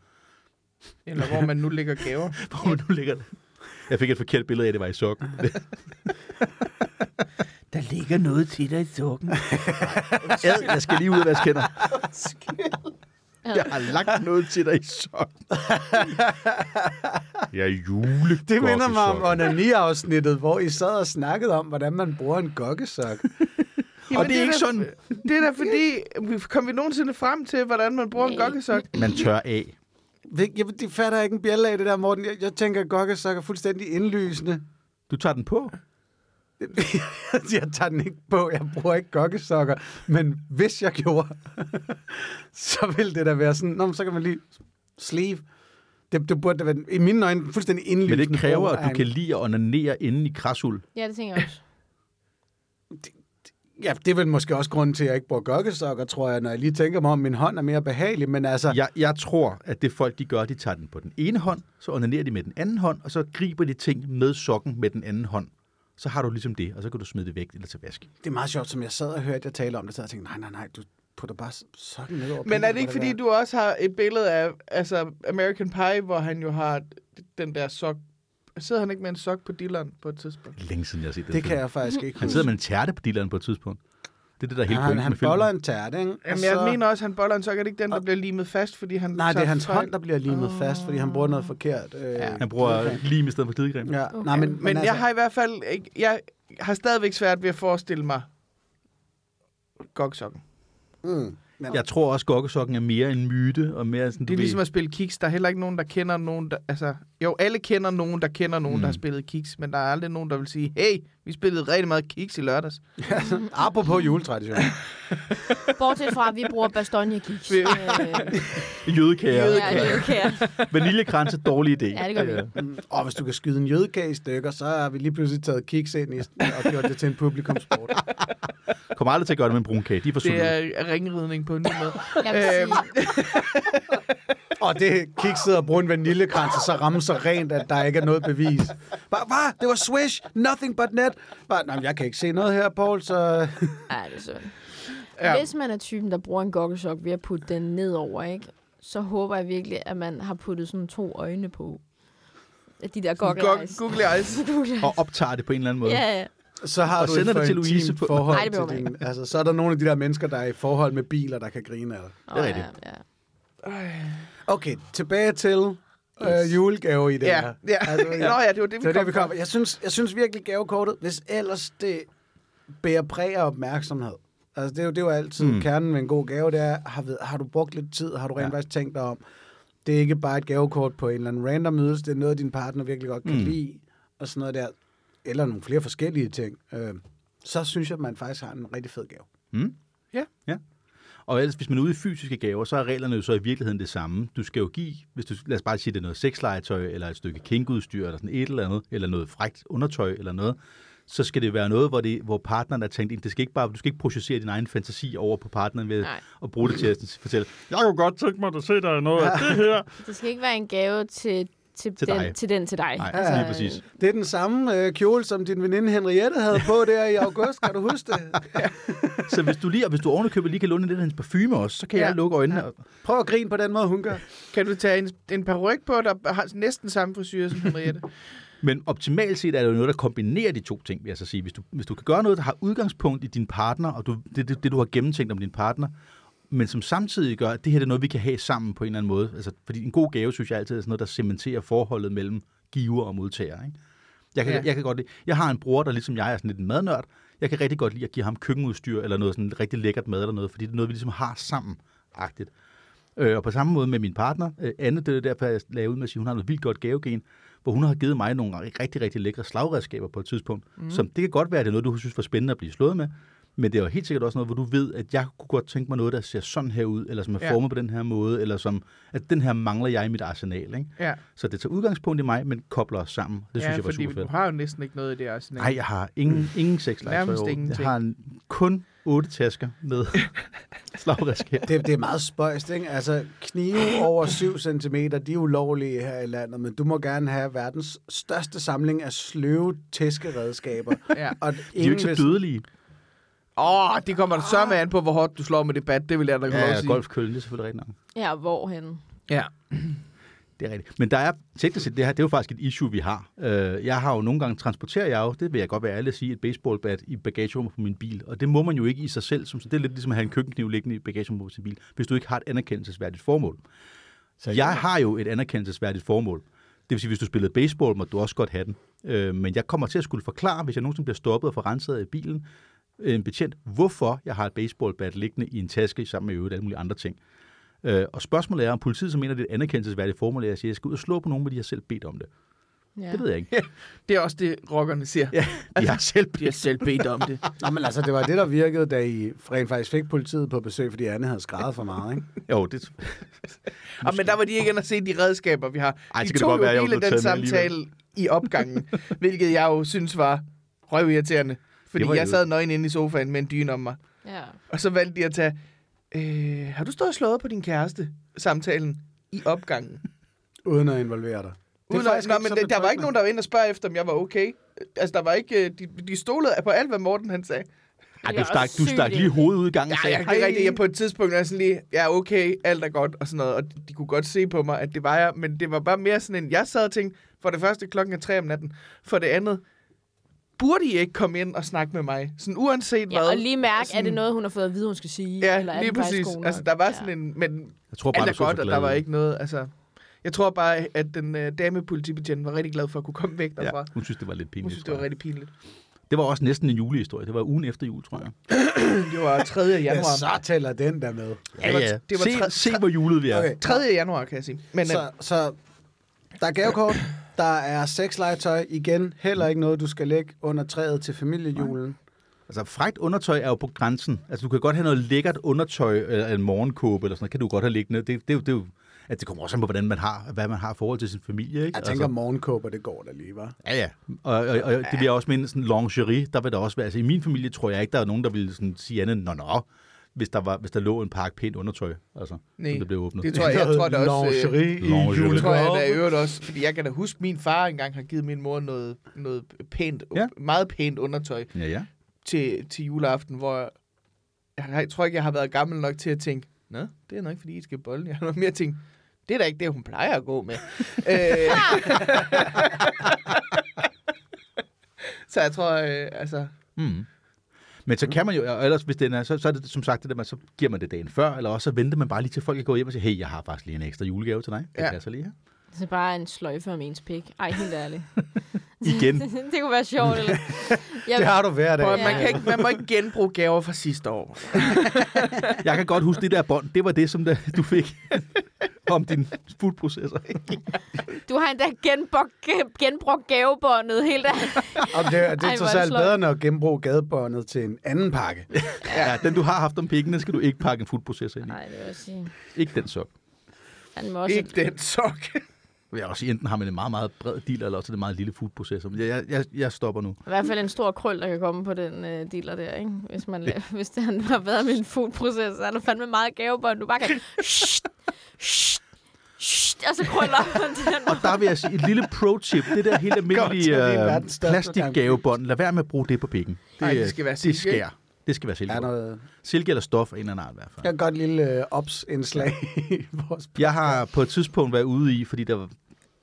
Eller hvor man nu ligger gaver. hvor man nu ligger det. Jeg fik et forkert billede af, at det var i sokken. Der ligger noget til dig i sukken. Ad, jeg skal lige ud og vaske hænder. Jeg har lagt noget til dig i sokken. Jeg er jule. Det minder mig om onani-afsnittet, hvor I sad og snakkede om, hvordan man bruger en gokkesok. Jamen, Og det er ikke da- sådan, Det er da fordi, vi- kom vi nogensinde frem til, hvordan man bruger en Nej. gokkesok? man tør af. Ved- Jeg, de fatter ikke en bjælle af det der, Morten. Jeg, jeg tænker, at gokkesok er fuldstændig indlysende. Du tager den på. jeg tager den ikke på. Jeg bruger ikke gokkesokker. Men hvis jeg gjorde, så ville det da være sådan, Nå, men så kan man lige sleeve. Det, det burde da være, i mine øjne, fuldstændig Men indlysende. det kræver, brug at af du kan lide at onanere inde i krasul. ja, det tænker jeg også. Ja, det er vel måske også grunden til, at jeg ikke bruger gokkesokker, tror jeg, når jeg lige tænker mig om, min hånd er mere behagelig, men altså... Jeg, jeg tror, at det folk de gør, de tager den på den ene hånd, så onanerer de med den anden hånd, og så griber de ting med sokken med den anden hånd. Så har du ligesom det, og så kan du smide det væk eller til vask. Det er meget sjovt, som jeg sad og hørte jer tale om det, så jeg tænkte, nej, nej, nej, du putter bare sådan ned over Men er det ikke fordi, du også har et billede af altså American Pie, hvor han jo har den der sok? Sidder han ikke med en sok på dilleren på et tidspunkt? Længe siden jeg har set den Det kan film. jeg faktisk ikke Han sidder med en tærte på dilleren på et tidspunkt. Det er det, der er hele han, pointen han med filmen. boller en tærte, ikke? Og Jamen, jeg mener også, at han boller en sok. Er det ikke den, der Og- bliver limet fast, fordi han... Nej, det er tager hans fejl? hånd, der bliver limet fast, fordi han bruger noget forkert. Øh, ja. Han bruger lim i stedet for glidecreme. Ja. Ja. Okay. Nej, men, men, Men altså... altså, jeg har i hvert fald ikke, jeg har stadigvæk svært ved at forestille mig goksokken. Mm. Men- Jeg tror også, at gokkesokken er mere en myte, og mere sådan, Det du er ligesom ved, at spille kiks. Der er heller ikke nogen, der kender nogen, der... Altså, jo, alle kender nogen, der kender nogen, mm. der har spillet kiks, men der er aldrig nogen, der vil sige, hey, vi spillede rigtig meget kiks i lørdags. Apropos juletradition. Bortset fra, at vi bruger bastonjekiks. Vi- øh, jødekager. ja, det er okay. Vaniljekranse, dårlig idé. Ja, det gør vi. Mm, og hvis du kan skyde en jødekage i stykker, så har vi lige pludselig taget kiks ind i, og gjort det til en publikumsport. Kommer aldrig til at gøre det med en brun kage. De er for Det søde. er øh, ringridning på en ny måde. Jeg vil sige, Øhm. og det kikset og bruge en vaniljekrans, og så ramme så rent, at der ikke er noget bevis. Hvad? Hva? Det var swish, nothing but net. Hva? Nå, men jeg kan ikke se noget her, Paul, så... ja, det er synd. Ja. Ja. Hvis man er typen, der bruger en gokkesok ved at putte den nedover, ikke? så håber jeg virkelig, at man har puttet sådan to øjne på. At De der Go- goggle eyes. Google eyes. Google eyes. Og optager det på en eller anden måde. Ja, ja. Så har Og du sender et for det til intimt Louise på- forhold Nej, det behøver til man din... Altså, så er der nogle af de der mennesker, der er i forhold med biler, der kan grine af dig. Åh, ja, rigtigt. ja. Okay, tilbage til øh, julegave i det Ja, her. ja. Altså, ja. Nå ja, det var Det det, vi var kom det, vi kom. Jeg synes, jeg synes virkelig gavekortet, hvis ellers det bærer præg af opmærksomhed. Altså, det er jo, det er jo altid Hmm. Mm. mm. kernen med en god gave, det er, har, ved, har du brugt lidt tid, har du rent Ja. ja. faktisk tænkt dig om, det er ikke bare et gavekort på en eller anden random ydelse, det er noget, din partner virkelig godt kan Hmm. Mm. mm. lide, og sådan noget der, eller nogle flere forskellige ting, øh, så synes jeg, at man faktisk har en rigtig fed gave. Mm? Ja. ja. Og ellers, hvis man er ude i fysiske gaver, så er reglerne jo så i virkeligheden det samme. Du skal jo give, hvis du, lad os bare sige, det er noget sexlegetøj, eller et stykke kinkudstyr, eller sådan et eller andet, eller noget frækt undertøj, eller noget, så skal det være noget, hvor, det, hvor partneren er tænkt, ind. det skal ikke bare, du skal ikke projicere din egen fantasi over på partneren ved Nej. at bruge det til at fortælle, jeg kunne godt tænke mig, at se dig noget af det her. Det skal ikke være en gave til, til, Til til, den, dig. til den til dig. Øh, Nej, altså, lige præcis. Det er den samme øh, kjole, som din veninde Henriette havde på der i august, kan du huske det? Så hvis du lige, og hvis du ovenikøbet lige kan låne lidt af hendes parfume også, så kan Ja. jeg lukke øjnene. Ja. Prøv at grine på den måde, hun gør. Kan du tage en, en peruk på, der har næsten samme frisyr som Henriette? Men optimalt set er det jo noget, der kombinerer de to ting, vil jeg så sige. Hvis du, hvis du kan gøre noget, der har udgangspunkt i din partner, og du, det, det, det, du har gennemtænkt om din partner, men som samtidig gør, at det her det er noget, vi kan have sammen på en eller anden måde. Altså, fordi en god gave, synes jeg altid, er sådan noget, der cementerer forholdet mellem giver og modtager. Ikke? Jeg, kan, Ja. ja. jeg, kan godt lide, jeg har en bror, der ligesom jeg er sådan lidt en madnørd. Jeg kan rigtig godt lide at give ham køkkenudstyr eller noget sådan rigtig lækkert mad eller noget, fordi det er noget, vi ligesom har sammen. -agtigt. Øh, og på samme måde med min partner, øh, Anne, det er derfor, jeg lavede ud med at sige, hun har noget vildt godt gavegen, hvor hun har givet mig nogle rigtig, rigtig lækre slagredskaber på et tidspunkt, mm. som det kan godt være, at det er noget, du synes var spændende at blive slået med, men det er jo helt sikkert også noget, hvor du ved, at jeg kunne godt tænke mig noget, der ser sådan her ud, eller som er Ja. formet på den her måde, eller som, at den her mangler jeg i mit arsenal. Ikke? Ja, Så det tager udgangspunkt i mig, men kobler os sammen. Det synes ja jeg var fordi super du fedt. har jo næsten ikke noget i det arsenal. Nej, jeg har ingen, ingen sexlegetøj Nærmest i år. Jeg ingenting. har en, kun otte tasker med slagredskaber. Det, det er meget spøjst, ikke? Altså, knive over 7 cm, de er ulovlige her i landet, men du må gerne have verdens største samling af sløve tæskeredskaber. Ja. Og De er jo ikke så dødelige. Åh, oh, det kommer der så med an på, hvor hårdt du slår med det bat. Det vil jeg da godt Ja, lov at ja sige. golfkøllen, det er selvfølgelig rigtigt nok. Ja, hvorhen? Ja. Det er rigtigt. Men der er, teknisk set, det her, det er jo faktisk et issue, vi har. Øh, jeg har jo nogle gange, transporterer jeg jo, det vil jeg godt være ærlig at sige, et baseballbat i bagagerummet på min bil. Og det må man jo ikke i sig selv. Som, det er lidt ligesom at have en køkkenkniv liggende i bagagerummet på sin bil, hvis du ikke har et anerkendelsesværdigt formål. Så jeg har jo et anerkendelsesværdigt formål. Det vil sige, hvis du spillede baseball, må du også godt have den. Øh, men jeg kommer til at skulle forklare, hvis jeg nogensinde bliver stoppet og får renset i bilen, øh, en betjent, hvorfor jeg har et baseballbat liggende i en taske sammen med i øvrigt alle mulige andre ting. Øh, og spørgsmålet er, om politiet så mener, det er et anerkendelsesværdigt formål, at jeg siger, at jeg skal ud og slå på nogen, fordi jeg selv bedt om det. Ja. Ja. Det ved jeg ikke. Det er også det, rockerne siger. Ja, jeg har selv De har selv bedt om det. Nå, men altså, det var det, der virkede, da I rent faktisk fik politiet på besøg, fordi Anne havde skrevet for meget, ikke? Jo, det... Og, Ah, men der var de ikke inde og se de redskaber, vi har. Ej, de så kan det tog godt være, jeg jo var hele blevet den taget med samtale i opgangen, hvilket jeg jo synes var røvirriterende. Fordi Det var jeg jo- sad nøgen inde i sofaen med en dyne om mig. Ja. Og så valgte de at tage, øh, har du stået og slået på din kæreste? Samtalen i opgangen. Uden at involvere dig. Det er Uden at, faktisk nå, ikke men så der, der var ikke betryggende. nogen, der var inde og spørge efter, om jeg var okay. Altså, der var ikke... øh, De, de stolede på alt, hvad Morten han sagde. Ej, Jeg er du stak, også du syg stak i lige det. hovedet ud i gangen og Altså, Ja, sagde, jeg, det er rigtigt. Jeg på et tidspunkt er sådan lige, ja, okay, alt er godt og sådan noget. Og de, de kunne godt se på mig, at det var jeg. Men det var bare mere sådan en, jeg sad og tænkte, for det første klokken er tre om natten. For det andet, burde I ikke komme ind og snakke med mig? Sådan uanset ja, hvad. og lige mærke, er Sådan- det noget, hun har fået at vide, hun skal sige? eller Ja, er lige det faktisk præcis. god nok? Altså, der var sådan ja. en... Men jeg tror alt bare, du er så så godt, og glad der var ud. ikke noget... Altså, jeg tror bare, at den øh, dame politibetjent var rigtig glad for at kunne komme væk derfra. Ja, hun synes, det var lidt pinligt. Hun synes, det var rigtig pinligt. Det var også næsten en julehistorie. Det var ugen efter jul, tror jeg. Det var 3. Ja, januar. så tæller den der med. Det var- det var se, tre- se, hvor julet vi er. Okay. Okay. 3. januar, kan jeg sige. Men, øh, Så, så der er gavekort, der er sexlegetøj igen. Heller ikke noget, du skal lægge under træet til familiejulen. Altså, frækt undertøj er jo på grænsen. Altså, du kan godt have noget lækkert undertøj, eller en morgenkåbe, eller sådan noget, kan du godt have liggende. Det, det, er jo- det, er jo- at det kommer også an på, hvordan man har, hvad man har i forhold til sin familie. Ikke? Altså- Jeg tænker, morgenkåber, det går der lige, var. Ja, ja. Og, og, og det vil jeg også minde, sådan lingerie, der vil der også være. Altså i min familie tror jeg ikke, der er nogen, der ville sådan sige andet, nå, nå, hvis der, var, hvis der lå en pakke pænt undertøj, altså, Nej, som det blev åbnet. det tror jeg, jeg tror da også... øh, Lingerie i Lingerie. Det julen. tror jeg da i øvrigt også, fordi jeg kan da huske, at min far engang har givet min mor noget, noget pænt, Ja. ja. meget pænt undertøj Ja, ja. til, til juleaften, hvor jeg, jeg tror ikke, jeg har været gammel nok til at tænke, Nå, det er nok, fordi I skal bolle. Jeg har mere tænkt, det er da ikke det, hun plejer at gå med. øh, så jeg tror, øh, altså... Mm. Men så kan man jo, og ellers hvis den er, så, så er det som sagt det der, man, så giver man det dagen før, eller også så venter man bare lige til folk er gået hjem og siger, hey, jeg har faktisk lige en ekstra julegave til dig. Det Ja. passer lige her. Det er bare en sløjfe om ens pik. Ej, helt ærligt. Igen. det kunne være sjovt, eller? Jeg, Det har du hver dag. Prøv, at Ja. man, kan ikke, man må ikke genbruge gaver fra sidste år. Jeg kan godt huske det der bånd, det var det, som der, du fik om din foodprocessor. du har endda genbrugt, genbrugt gavebåndet helt ærligt. Og det, det hvor er er det trods alt sløjt. bedre, når at genbruge gadebåndet til en anden pakke. Ja, den du har haft om pikken, den skal du ikke pakke en foodprocessor ind i. Nej, det vil jeg sige. Ikke den sok. Han må også... Ikke den sok. Jeg vil også sige, enten har man en meget, meget bred dealer, eller også er det en meget lille foodprocessor. Men jeg, jeg, jeg, jeg stopper nu. I hvert fald en stor krøl, der kan komme på den øh, dealer der, ikke? Hvis, man, la- hvis det han har været med en foodproces, så er der fandme meget gavebånd. Du bare kan... Shht, shht, shht, og så krøller man den. Og der vil jeg sige, et lille pro-tip. Det der helt almindelige Godt, det er øh, verdens største plastikgavebånd. Lad være med at bruge det på pikken. Det, Nej, det øh, skal være Det silke, ikke? skær. Det skal være silke. Er noget, Silke eller stof af en eller anden art i hvert fald. jeg har godt lille øh, ops-indslag i vores Jeg har på et tidspunkt været ude i, fordi der var-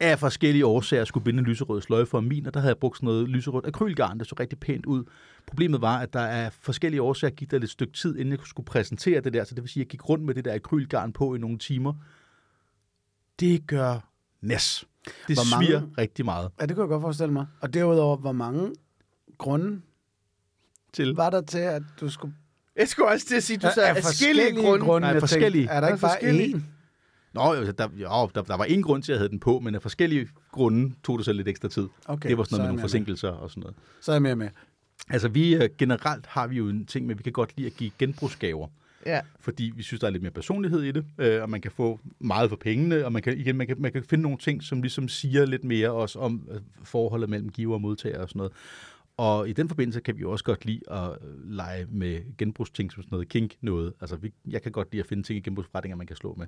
af forskellige årsager skulle binde en lyserød sløjfe for min, og der havde jeg brugt sådan noget lyserødt akrylgarn, der så rigtig pænt ud. Problemet var, at der af forskellige årsager gik der lidt stykke tid, inden jeg skulle præsentere det der, så det vil sige, at jeg gik rundt med det der akrylgarn på i nogle timer. Det gør næs. Det Hvor mange- sviger rigtig meget Ja, det kunne jeg godt forestille mig. Og derudover, hvor mange grunde til. var der til, at du skulle... Jeg skulle også til at sige, at du sagde af forskellige grunde. Nej, jeg forskellige. Tænkte, er der Der ikke er bare forskellige. én? Nå, jo, der, jo, der, der var ingen grund til, at jeg havde den på, men af forskellige grunde tog det så lidt ekstra tid. Okay, det var sådan så er noget med jeg nogle med. forsinkelser og sådan noget. Så er jeg mere med. Altså vi øh, generelt har vi jo en ting med, at vi kan godt lide at give genbrugsgaver, Ja. fordi vi synes, der er lidt mere personlighed i det, øh, og man kan få meget for pengene, og man kan, igen, man kan, man kan finde nogle ting, som ligesom siger lidt mere også om øh, forholdet mellem giver og modtager og sådan noget. Og i den forbindelse kan vi jo også godt lide at øh, lege med genbrugsting som sådan noget kink noget. Altså vi, jeg kan godt lide at finde ting i genbrugsforretninger, man kan slå med.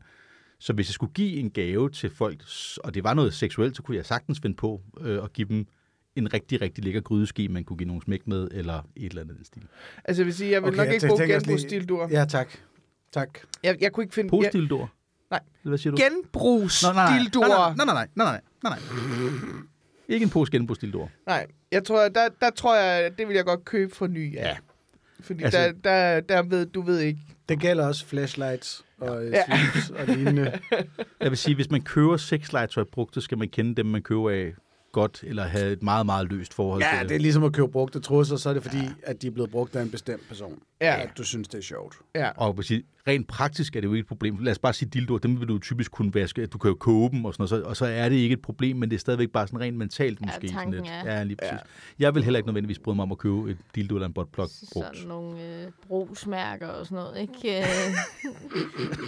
Så hvis jeg skulle give en gave til folk, s- og det var noget seksuelt, så kunne jeg sagtens finde på øh, at give dem en rigtig, rigtig lækker grydeske, man kunne give nogen smæk med, eller et eller andet i den stil. Altså, jeg vil sige, jeg vil okay, nok jeg ikke tænker bruge også lige- genbrugsdildoer. Ja, tak. Tak. Jeg, jeg kunne ikke finde... Jeg, Postildur? Nej. Hvad siger du? genbrugsdildoer. Nej, Nej, nej, nej, nej, nej, nej, nej. Ikke en pose genbrugsdildoer. nej, jeg tror, der, der tror jeg, at det vil jeg godt købe fra ny. Ja. Ja. Fordi Altså- altså, der, der, der ved, du ved ikke. Det gælder også flashlights og ja. Ja. slips og lignende. Jeg vil sige, hvis man køber sexlegetøj brugt, så skal man kende dem, man køber af godt, eller have et meget, meget løst forhold Ja, til det er ligesom at købe brugte trusser, så er det fordi, ja. at de er blevet brugt af en bestemt person. Ja. At du synes, det er sjovt. Ja. Og jeg vil sige, rent praktisk er det jo ikke et problem. Lad os bare sige dildoer, dem vil du typisk kunne vaske. Du kan jo koge dem og sådan noget, så, og så er det ikke et problem, men det er stadigvæk bare sådan rent mentalt måske. sådan tanken lidt. er- Ja, lige præcis. Ja. Jeg vil heller ikke nødvendigvis bryde mig om at købe et dildo eller en botplug brugt. Sådan nogle øh, brugsmærker og sådan noget, ikke? Øh,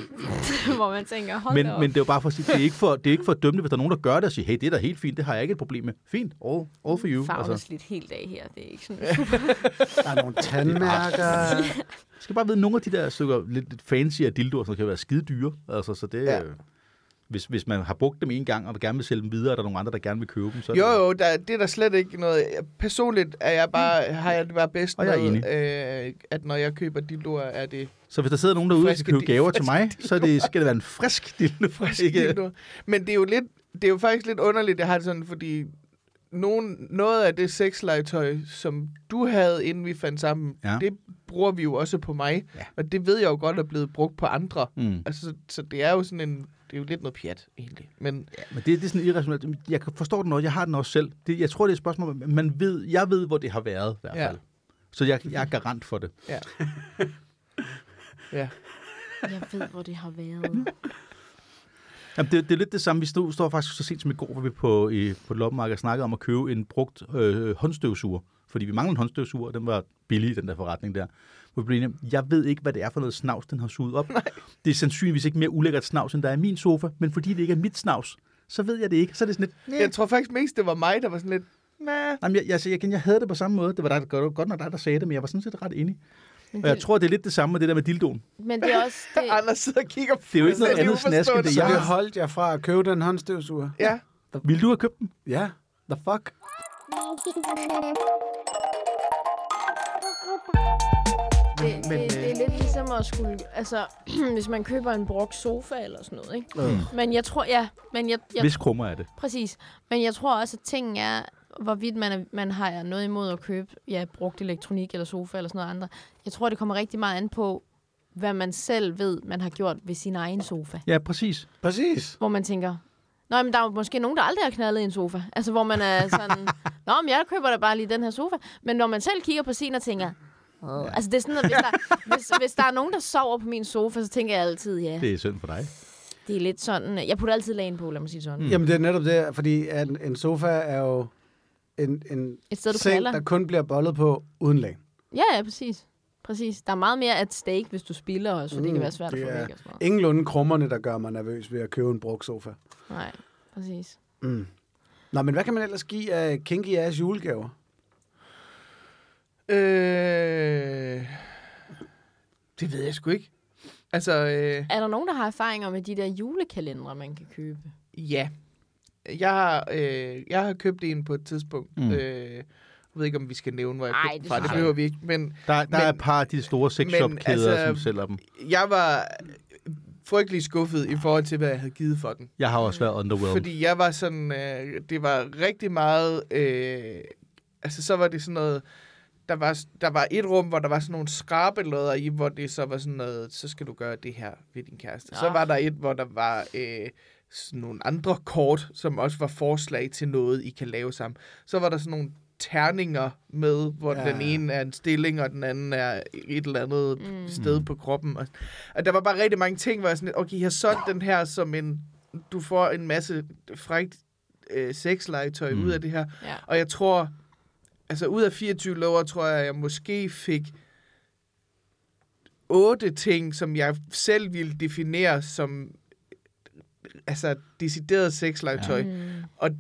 hvor man tænker, hold Men, da op. men det er jo bare for at sige, det er ikke for, det er ikke for at dømme det, hvis der er nogen, der gør det og siger, hey, det er da helt fint, det har jeg ikke et problem med. Fint, all, all for you. Farven er Altså, slidt helt af her. Det er ikke sådan... Der er nogle tandmærker. jeg skal bare vide, nogle af de der stykker lidt lidt fancy af dildoer, som kan være skide dyre. Altså, så det, Ja. ja. hvis, hvis man har brugt dem en gang, og vil gerne vil sælge dem videre, og der er nogle andre, der gerne vil købe dem, så er Jo, det, jo, der, det er der slet ikke noget... Personligt er jeg bare, har jeg det bare bedst Og jeg er med, øh, at når jeg køber dildoer, er det Så hvis der sidder nogen derude, der skal Friske købe dildo- gaver til mig, så er det, skal det være en frisk dildo. frisk Ikke- dildoer. Men det er jo lidt... Det er jo faktisk lidt underligt, jeg har det sådan, fordi nogen, noget af det sexlegetøj, som du havde, inden vi fandt sammen, Ja. ja. det bruger vi jo også på mig. Ja. Og det ved jeg jo godt er blevet brugt på andre. Mm. Altså, så- så det er jo sådan en... Det er jo lidt noget pjat, egentlig. Men Ja, men det, det er sådan irrationelt. Jeg kan- forstår den også. Jeg har den også selv. Det, jeg tror, det er et spørgsmål. om- Man ved, jeg ved, hvor det har været, i hvert Ja. fald. Så jeg, jeg er garant for det. ja. ja. Jeg ved, hvor det har været. Jamen, det, det er lidt det samme. Vi stod, står faktisk så sent som i går, hvor vi på, i, på et loppemarked og snakkede om at købe en brugt øh, håndstøvsuger. Fordi vi manglede en håndstøvsuger, og den var billig, den der forretning der. Hvor vi blev enige om, jeg ved ikke, hvad det er for noget snavs, den har suget op. Nej. Det er sandsynligvis ikke mere ulækkert snavs, end der er i min sofa. Men fordi det ikke er mit snavs, så ved jeg det ikke. Så er det sådan lidt... Jeg tror faktisk mest, det var mig, der var sådan lidt... Nah. Jamen, jeg, jeg, jeg, jeg, jeg havde det på samme måde. Det var dig, der, godt, godt nok dig, der sagde det, men jeg var sådan set ret enig. Men Og jeg det, tror, det er lidt det samme med det der med dildoen. men det er også... Det, Anders sidder og kigger Det er jo ikke noget fuldstændig andet snask, end det, Så uforstående. det holdt jeg fra at købe den håndstøvsuger. Ja. Vil du have købt den? Ja, the fuck? det, Men, det, øh, det er lidt ligesom at skulle... Altså, hvis man køber en brugt sofa eller sådan noget, ikke? Mm. Men jeg tror, ja, men jeg, jeg, Hvis krummer er det. præcis. Men jeg tror også, at tingen er, hvorvidt man, er, man har noget imod at købe ja, brugt elektronik eller sofa eller sådan noget andet. Jeg tror, det kommer rigtig meget an på, hvad man selv ved, man har gjort ved sin egen sofa. Ja, præcis. Præcis. Hvor man tænker, Nå, men der er jo måske nogen, der aldrig har knaldet i en sofa. Altså, hvor man er sådan, Nå, men jeg køber da bare lige den her sofa. Men når man selv kigger på sin og tænker, Åh. Altså, det er sådan, at hvis der, hvis, hvis der er nogen, der sover på min sofa, så tænker jeg altid, ja, Det er synd for dig. det er lidt sådan... Jeg putter altid lagen på, lad mig sige sådan. Mm. Mm. Jamen, det er netop det, fordi at en, en sofa er jo en, en Et sted, du seng, knalder. der kun bliver bollet på uden lag. Ja, ja, præcis. Præcis. Der er meget mere at stake, hvis du spiller også, for mm, det Mm, kan være svært at det få er- væk og sådan noget. Ingenlunde krummerne, der gør mig nervøs ved at købe en brugt sofa. Nej, præcis. Mm. Nå, men hvad kan man ellers give af kinky ass julegaver? Øh... Det ved jeg sgu ikke. Altså, øh, Er der nogen, der har erfaringer med de der julekalendere, man kan købe? ja. Jeg har, øh, jeg har købt en på et tidspunkt. Mm. Mm. Øh, jeg ved ikke, om vi skal nævne, hvor jeg Ej, købte den det fra. Det synes jeg behøver vi ikke. Men Der, der men, Men- er et par af de store sexshop-kæder, altså- altså, som sælger dem. jeg var frygtelig skuffet i forhold til, hvad jeg havde givet for den. Jeg har også været underwhelmed. Fordi... Fordi jeg var sådan, øh, det var rigtig meget, øh, altså så var det sådan noget, der var, der var et rum, hvor der var sådan nogle skrabelodder i, hvor det så var sådan noget, så skal du gøre det her ved din kæreste. Ja. Så Ah. var der et, hvor der var øh, sådan nogle andre kort, som også var forslag til noget, I kan lave sammen. Så var der sådan nogle terninger med, hvor Ja. ja. den ene er en stilling, og den anden er et eller andet mm. sted på kroppen. Og, og der var bare rigtig mange ting, hvor jeg sådan lidt, okay, jeg har solgt den her som en, du får en masse frækt øh, sexlegetøj mm. ud af det her. Ja. Og jeg tror, altså ud af 24 lover, tror jeg, jeg måske fik otte ting, som jeg selv ville definere som altså decideret sexlegetøj. Ja. Mm. Og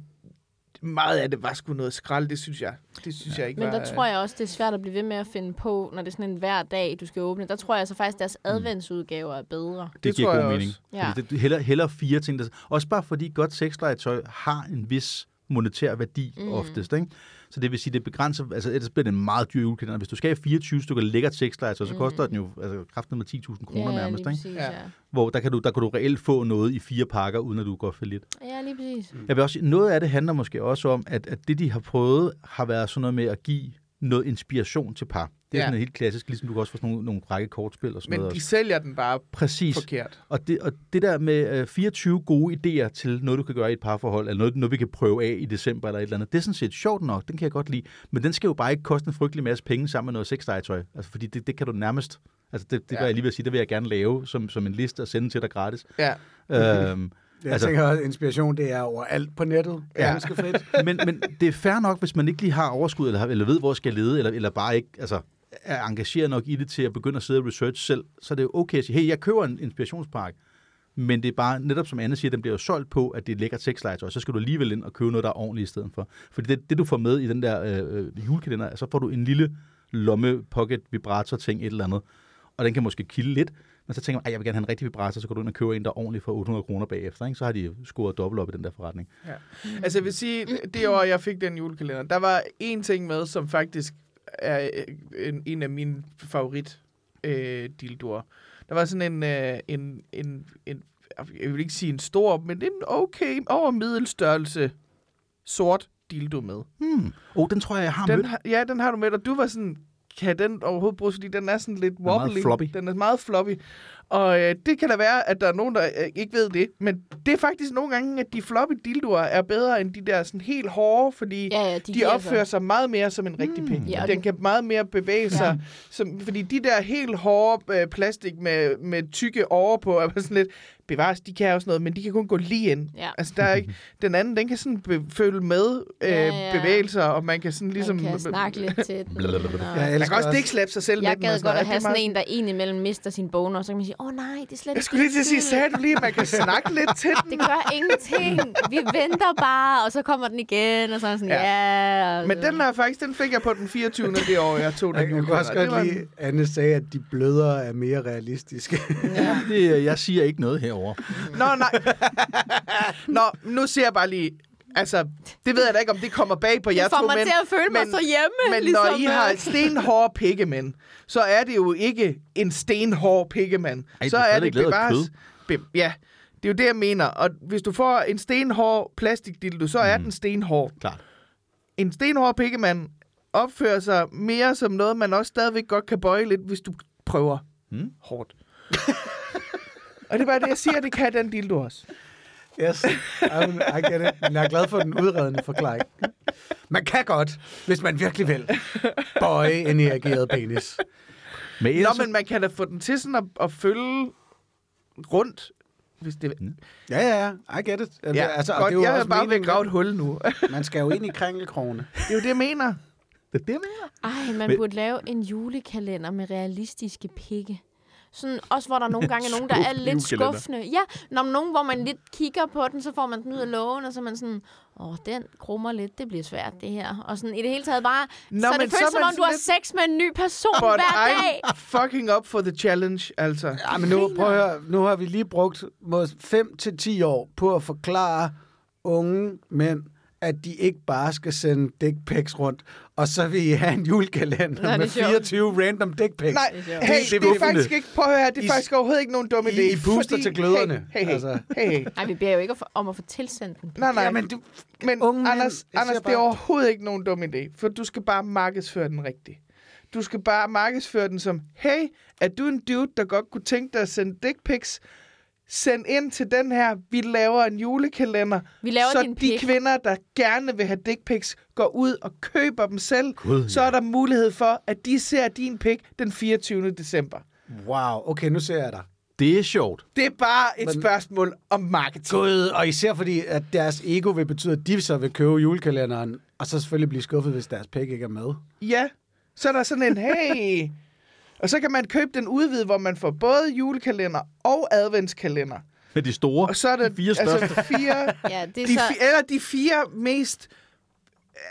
meget af det var sgu noget skrald, det synes jeg. Det synes ja. jeg ikke Men var... der tror jeg også, det er svært at blive ved med at finde på, når det er sådan en hver dag, du skal åbne. Der tror jeg altså faktisk, deres adventsudgaver er bedre. Det, det giver tror god jeg mening. også. Ja. Fordi det, heller, heller fire ting. Der, også bare fordi godt sexlegetøj har en vis monetær værdi Mhm. mm. oftest. Ikke? Så det vil sige, det begrænser, altså ellers bliver det en meget dyr julekalender. Hvis du skal have 24 stykker lækkert sexlegetøj, så koster den jo altså, kraften med 10.000 kroner Mhm. ja, nærmest. lige Ikke? præcis, Ja. ja. Hvor der kan, du, der kan du reelt få noget i fire pakker, uden at du går for lidt. Ja, lige præcis. Jeg vil også, noget af det handler måske også om, at, at det, de har prøvet, har været sådan noget med at give noget inspiration til par. Det er ja. Ja. sådan helt klassisk, ligesom du kan også få sådan nogle, nogle række kortspil og sådan Men noget. de også. sælger den bare Præcis. forkert. Og det, og det der med øh, 24 gode idéer til noget, du kan gøre i et parforhold, eller noget, noget, vi kan prøve af i december eller et eller andet, det er sådan set sjovt nok, den kan jeg godt lide. Men den skal jo bare ikke koste en frygtelig masse penge sammen med noget sexlegetøj. Altså, fordi det, det kan du nærmest... Altså, det, det ja. Ja. var jeg lige ved at sige, det vil jeg gerne lave som, som en liste og sende til dig gratis. Ja. øhm, Jeg Altså- altså, tænker, at inspiration, det er overalt på nettet. Ja. Ganske fedt. men, men det er fair nok, hvis man ikke lige har overskud, eller, eller ved, hvor jeg skal lede, eller, eller bare ikke altså, er engageret nok i det til at begynde at sidde og research selv, så er det jo okay at sige, hey, jeg køber en inspirationspakke, men det er bare, netop som Anne siger, den bliver jo solgt på, at det er lækkert sexlegetøj, så skal du alligevel ind og købe noget, der er ordentligt i stedet for. Fordi det, det du får med i den der øh, øh, julekalender, så får du en lille lomme pocket vibrator ting, et eller andet, og den kan måske kilde lidt, men så tænker man, at jeg vil gerne have en rigtig vibrator, så går du ind og køber en, der er ordentlig for 800 kroner bagefter. Ikke? Så har de scoret dobbelt op i den der forretning. Ja. Altså jeg vil sige, det år, jeg fik den julekalender, der var en ting med, som faktisk er øh, en, en af mine favorit øh, dildoer. Der var sådan en, øh, en, en, en, jeg vil ikke sige en stor, men en okay over middelstørrelse sort dildo med. Hmm. Oh, den tror jeg, jeg har Den mødt. har, ja, den har du med, og du var sådan, kan den overhovedet bruges, fordi den er sådan lidt meget wobbly. floppy. Den er meget floppy. Og øh, det kan da være, at der er nogen, der øh, ikke ved det, men det er faktisk nogle gange, at de floppy dildoer er bedre end de der sådan helt hårde, fordi Ja, ja, de, de giver opfører sig meget mere som en rigtig pik. Ja, Ja, og den den- kan meget mere bevæge Ja. sig. Som, fordi de der helt hårde øh, plastik med, med tykke over på, er sådan lidt, bevares, de kan også noget, men de kan kun gå lige ind. Ja. Altså, der er ikke, den anden, den kan sådan be- følge med øh, Ja, ja. bevægelser, og man kan sådan ligesom... ligesom... Man kan snakke lidt til den. og- Jeg Man elsker kan også ikke slappe sig selv Jeg med gad godt at have sådan en. en, der indimellem mister sin boner, og så kan man sige, åh oh, nej, det er slet Jeg ikke skulle lige til at sige, din skyld." sagde du lige, at man kan snakke lidt til den? Det gør ingenting. Vi venter bare, og så kommer den igen, og så er jeg sådan, Ja. ja. ja Men den er faktisk, den fik jeg på den 24. det år, jeg tog den. Jeg, jeg kunne julekalender. også Det var godt en- lide, at Anne sagde, at de blødere er mere realistiske. Ja. Det, øh, jeg siger ikke noget herover. Nå, nej. Nå, nu ser jeg bare lige... Altså, det ved jeg da ikke, om det kommer bag på jer Det får to mig mænd. til at føle mig men- så hjemme. Men ligesom, når I øh, har stenhårde pikkemænd, så er det jo ikke en stenhård pikkemand. Ej, så det er er stadigvæk det lavet af bevares... kød. Be, ja, det er jo det, jeg mener. Og hvis du får en stenhård plastikdildo, så Mm. er den stenhård. Klart. En stenhård pikkemand opfører sig mere som noget, man også stadigvæk godt kan bøje lidt, hvis du prøver Mm. hårdt. og det er bare det, jeg siger, det kan den dildo også. yes, I'm, I get it. Men jeg er glad for den udredende forklaring. Man kan godt, hvis man virkelig vil, bøje en erigeret penis. Men Nå, ellers, men man kan da få den til sådan at, at følge rundt. Hvis det, Ja, ja, ja. I get it. Ja, altså, og godt, det er jo jeg er også bare ved at meningen. grave et hul nu. det Man skal jo ind i krænkelkrogene. er jo det, jeg mener. det, det mener Ej, man Men- men... burde lave en julekalender med realistiske pikke. Sådan, også hvor der nogle gange er nogen, der er Skuffende lidt julekalender. skuffende. Ja, når man- nogen, hvor man lidt kigger på den, så får man den ud af lågen, og så er man sådan, åh, den krummer lidt, det bliver svært, det her. Og sådan i det hele taget bare, Nå, Nå, så men det føles så er som man om, du sådan har sex med en ny person But hver dag. I'm fucking up for the challenge, altså. Ja, men nu, prøv at høre, nu har vi lige brugt 5-10 år på at forklare unge mænd, at de ikke bare skal sende dick pics rundt, og så vil I have en julekalender Nej, det er med sjovt. 24 random dick pics. Nej, Det er sjovt. Det hey, er det er skuffende. faktisk ikke, prøv at høre, det er I- faktisk overhovedet ikke nogen dum I- idé. I puster til gløderne, Hey, hey, altså. altså. hey, hey. Nej, vi beder jo ikke at få- om at få tilsendt den. Nej, nej, Ja, men, men du, men unge mænd, Anders, jeg Anders siger det er bare- overhovedet ikke nogen dum idé, for du skal bare markedsføre den rigtigt. Du skal bare markedsføre den som, hey, er du en dude, der godt kunne tænke dig at sende dick pics? Send ind til den her, vi laver en julekalender, Vi laver så din de pik. kvinder, der gerne vil have dick pics, går ud og køber dem selv. God, så ja. er der mulighed for, at de ser din pik den 24. december. wow, okay, nu ser jeg dig. Det er sjovt. Det er bare et Men- spørgsmål om marketing. Gud, og især fordi, at deres ego vil betyde, at de så vil købe julekalenderen, og så selvfølgelig blive skuffet, hvis deres pik ikke er med. Ja, så er der sådan en, hey... Og så kan man købe den udvide, hvor man får både julekalender og adventskalender. Med de store. Og så er der De fire altså største. fire, Ja, det er de, så... fi- eller de fire mest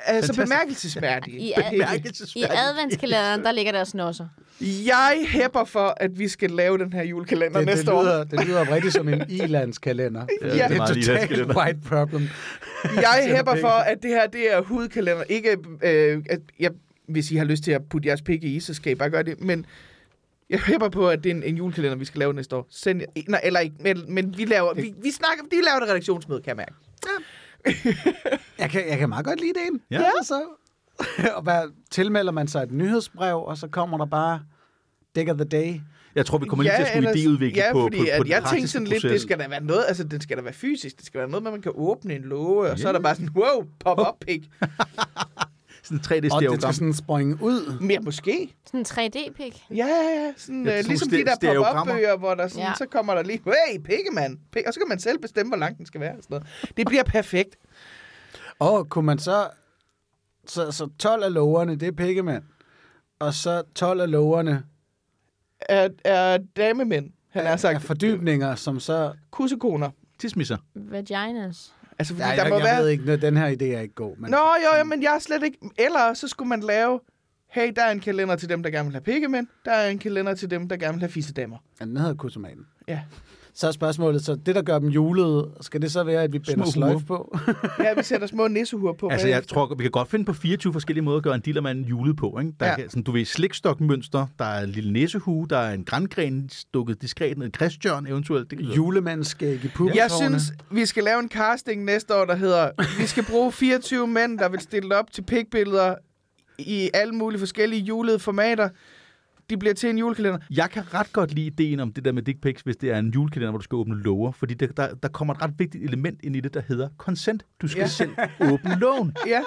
altså bemærkelsesværdige. I, ad... I Bemærkelsesværdigt. adventskalenderen, der ligger der snosser. Jeg hæpper for, at vi skal lave den her julekalender Det, næste det, år. lyder, det lyder oprigtigt som en ilandskalender. det Ja, er det er et meget totalt ilandskalender. white problem. Jeg Sender hæpper pikken. for, at det her det er hudkalender. Ikke, øh, at jeg, hvis I har lyst til at putte jeres pikke i, så skal I bare gøre det. Men jeg hæpper på, at det er en, en julekalender, vi skal lave næste år. Send, jer- nej, eller ikke, men, men vi, laver, vi, vi, snakker, vi laver et redaktionsmøde, kan jeg mærke. Jeg kan, jeg kan meget godt lide det en. Ja. Altså, så. og hvad, tilmelder man sig et nyhedsbrev, og så kommer der bare Dick of the Day. Jeg tror, vi kommer lige til at skulle ellers- idéudvikle ja, på, fordi på, på, at den jeg tænkte praktiske sådan lidt, proces. det skal da være noget, altså det skal da være fysisk, det skal være noget med, at man kan åbne en låge, og så er der Ja. bare sådan, wow, pop up pik. Sådan en Og det skal 3D-stereogram. sådan springe ud. Men ja, måske. Sådan en 3D-pik. Ja, ja, ja. Sådan, Ja, ja, øh, sådan ligesom nogle de der ste- stereogrammer. pop-up-bøger, hvor der sådan, ja. Ja. så kommer der lige, hey, pikkemand. Pik, og så kan man selv bestemme, hvor lang den skal være. og Sådan noget. Det bliver perfekt. Og kunne man så... Så, så 12 af loverne, det er pikkemand. Og så 12 af loverne Er, er damemænd, han har er sagt, fordybninger, som så... kussekoner. Tismisser. Vaginas. Altså, fordi Ja, der jeg, må jeg være... ved ikke, noget, den her idé er ikke god. Men Nå, jo, jo, men jeg er slet ikke... Eller så skulle man lave... hey, der er en kalender til dem, der gerne vil have pikkemænd, der er en kalender til dem, der gerne vil have fissedammer. Ja, den hedder kutsumanen. Ja. Så er spørgsmålet, så det, der gør dem julede, skal det så være, at vi binder Små sløjf på? ja, vi sætter små nissehuer på. Altså, jeg bagefter. tror, vi kan godt finde på 24 forskellige måder at gøre en dillermand julet på. Ikke? Der Ja. ja. er sådan, du ved, slikstokmønster, der er en lille næsehue, der er en grængren stukket diskret ned, en kristjørn eventuelt. Det kan jo. Julemandskæg i pub. Jeg synes, vi skal lave en casting næste år, der hedder, vi skal bruge 24 mænd, der vil stille op til pikbilleder i alle mulige forskellige julede formater. De bliver til en julekalender. Jeg kan ret godt lide ideen om det der med dick pics, hvis det er en julekalender, hvor du skal åbne låger, fordi der, der, der kommer et ret vigtigt element ind i det, der hedder consent. Du skal Ja. ja. selv åbne lågen. Ja,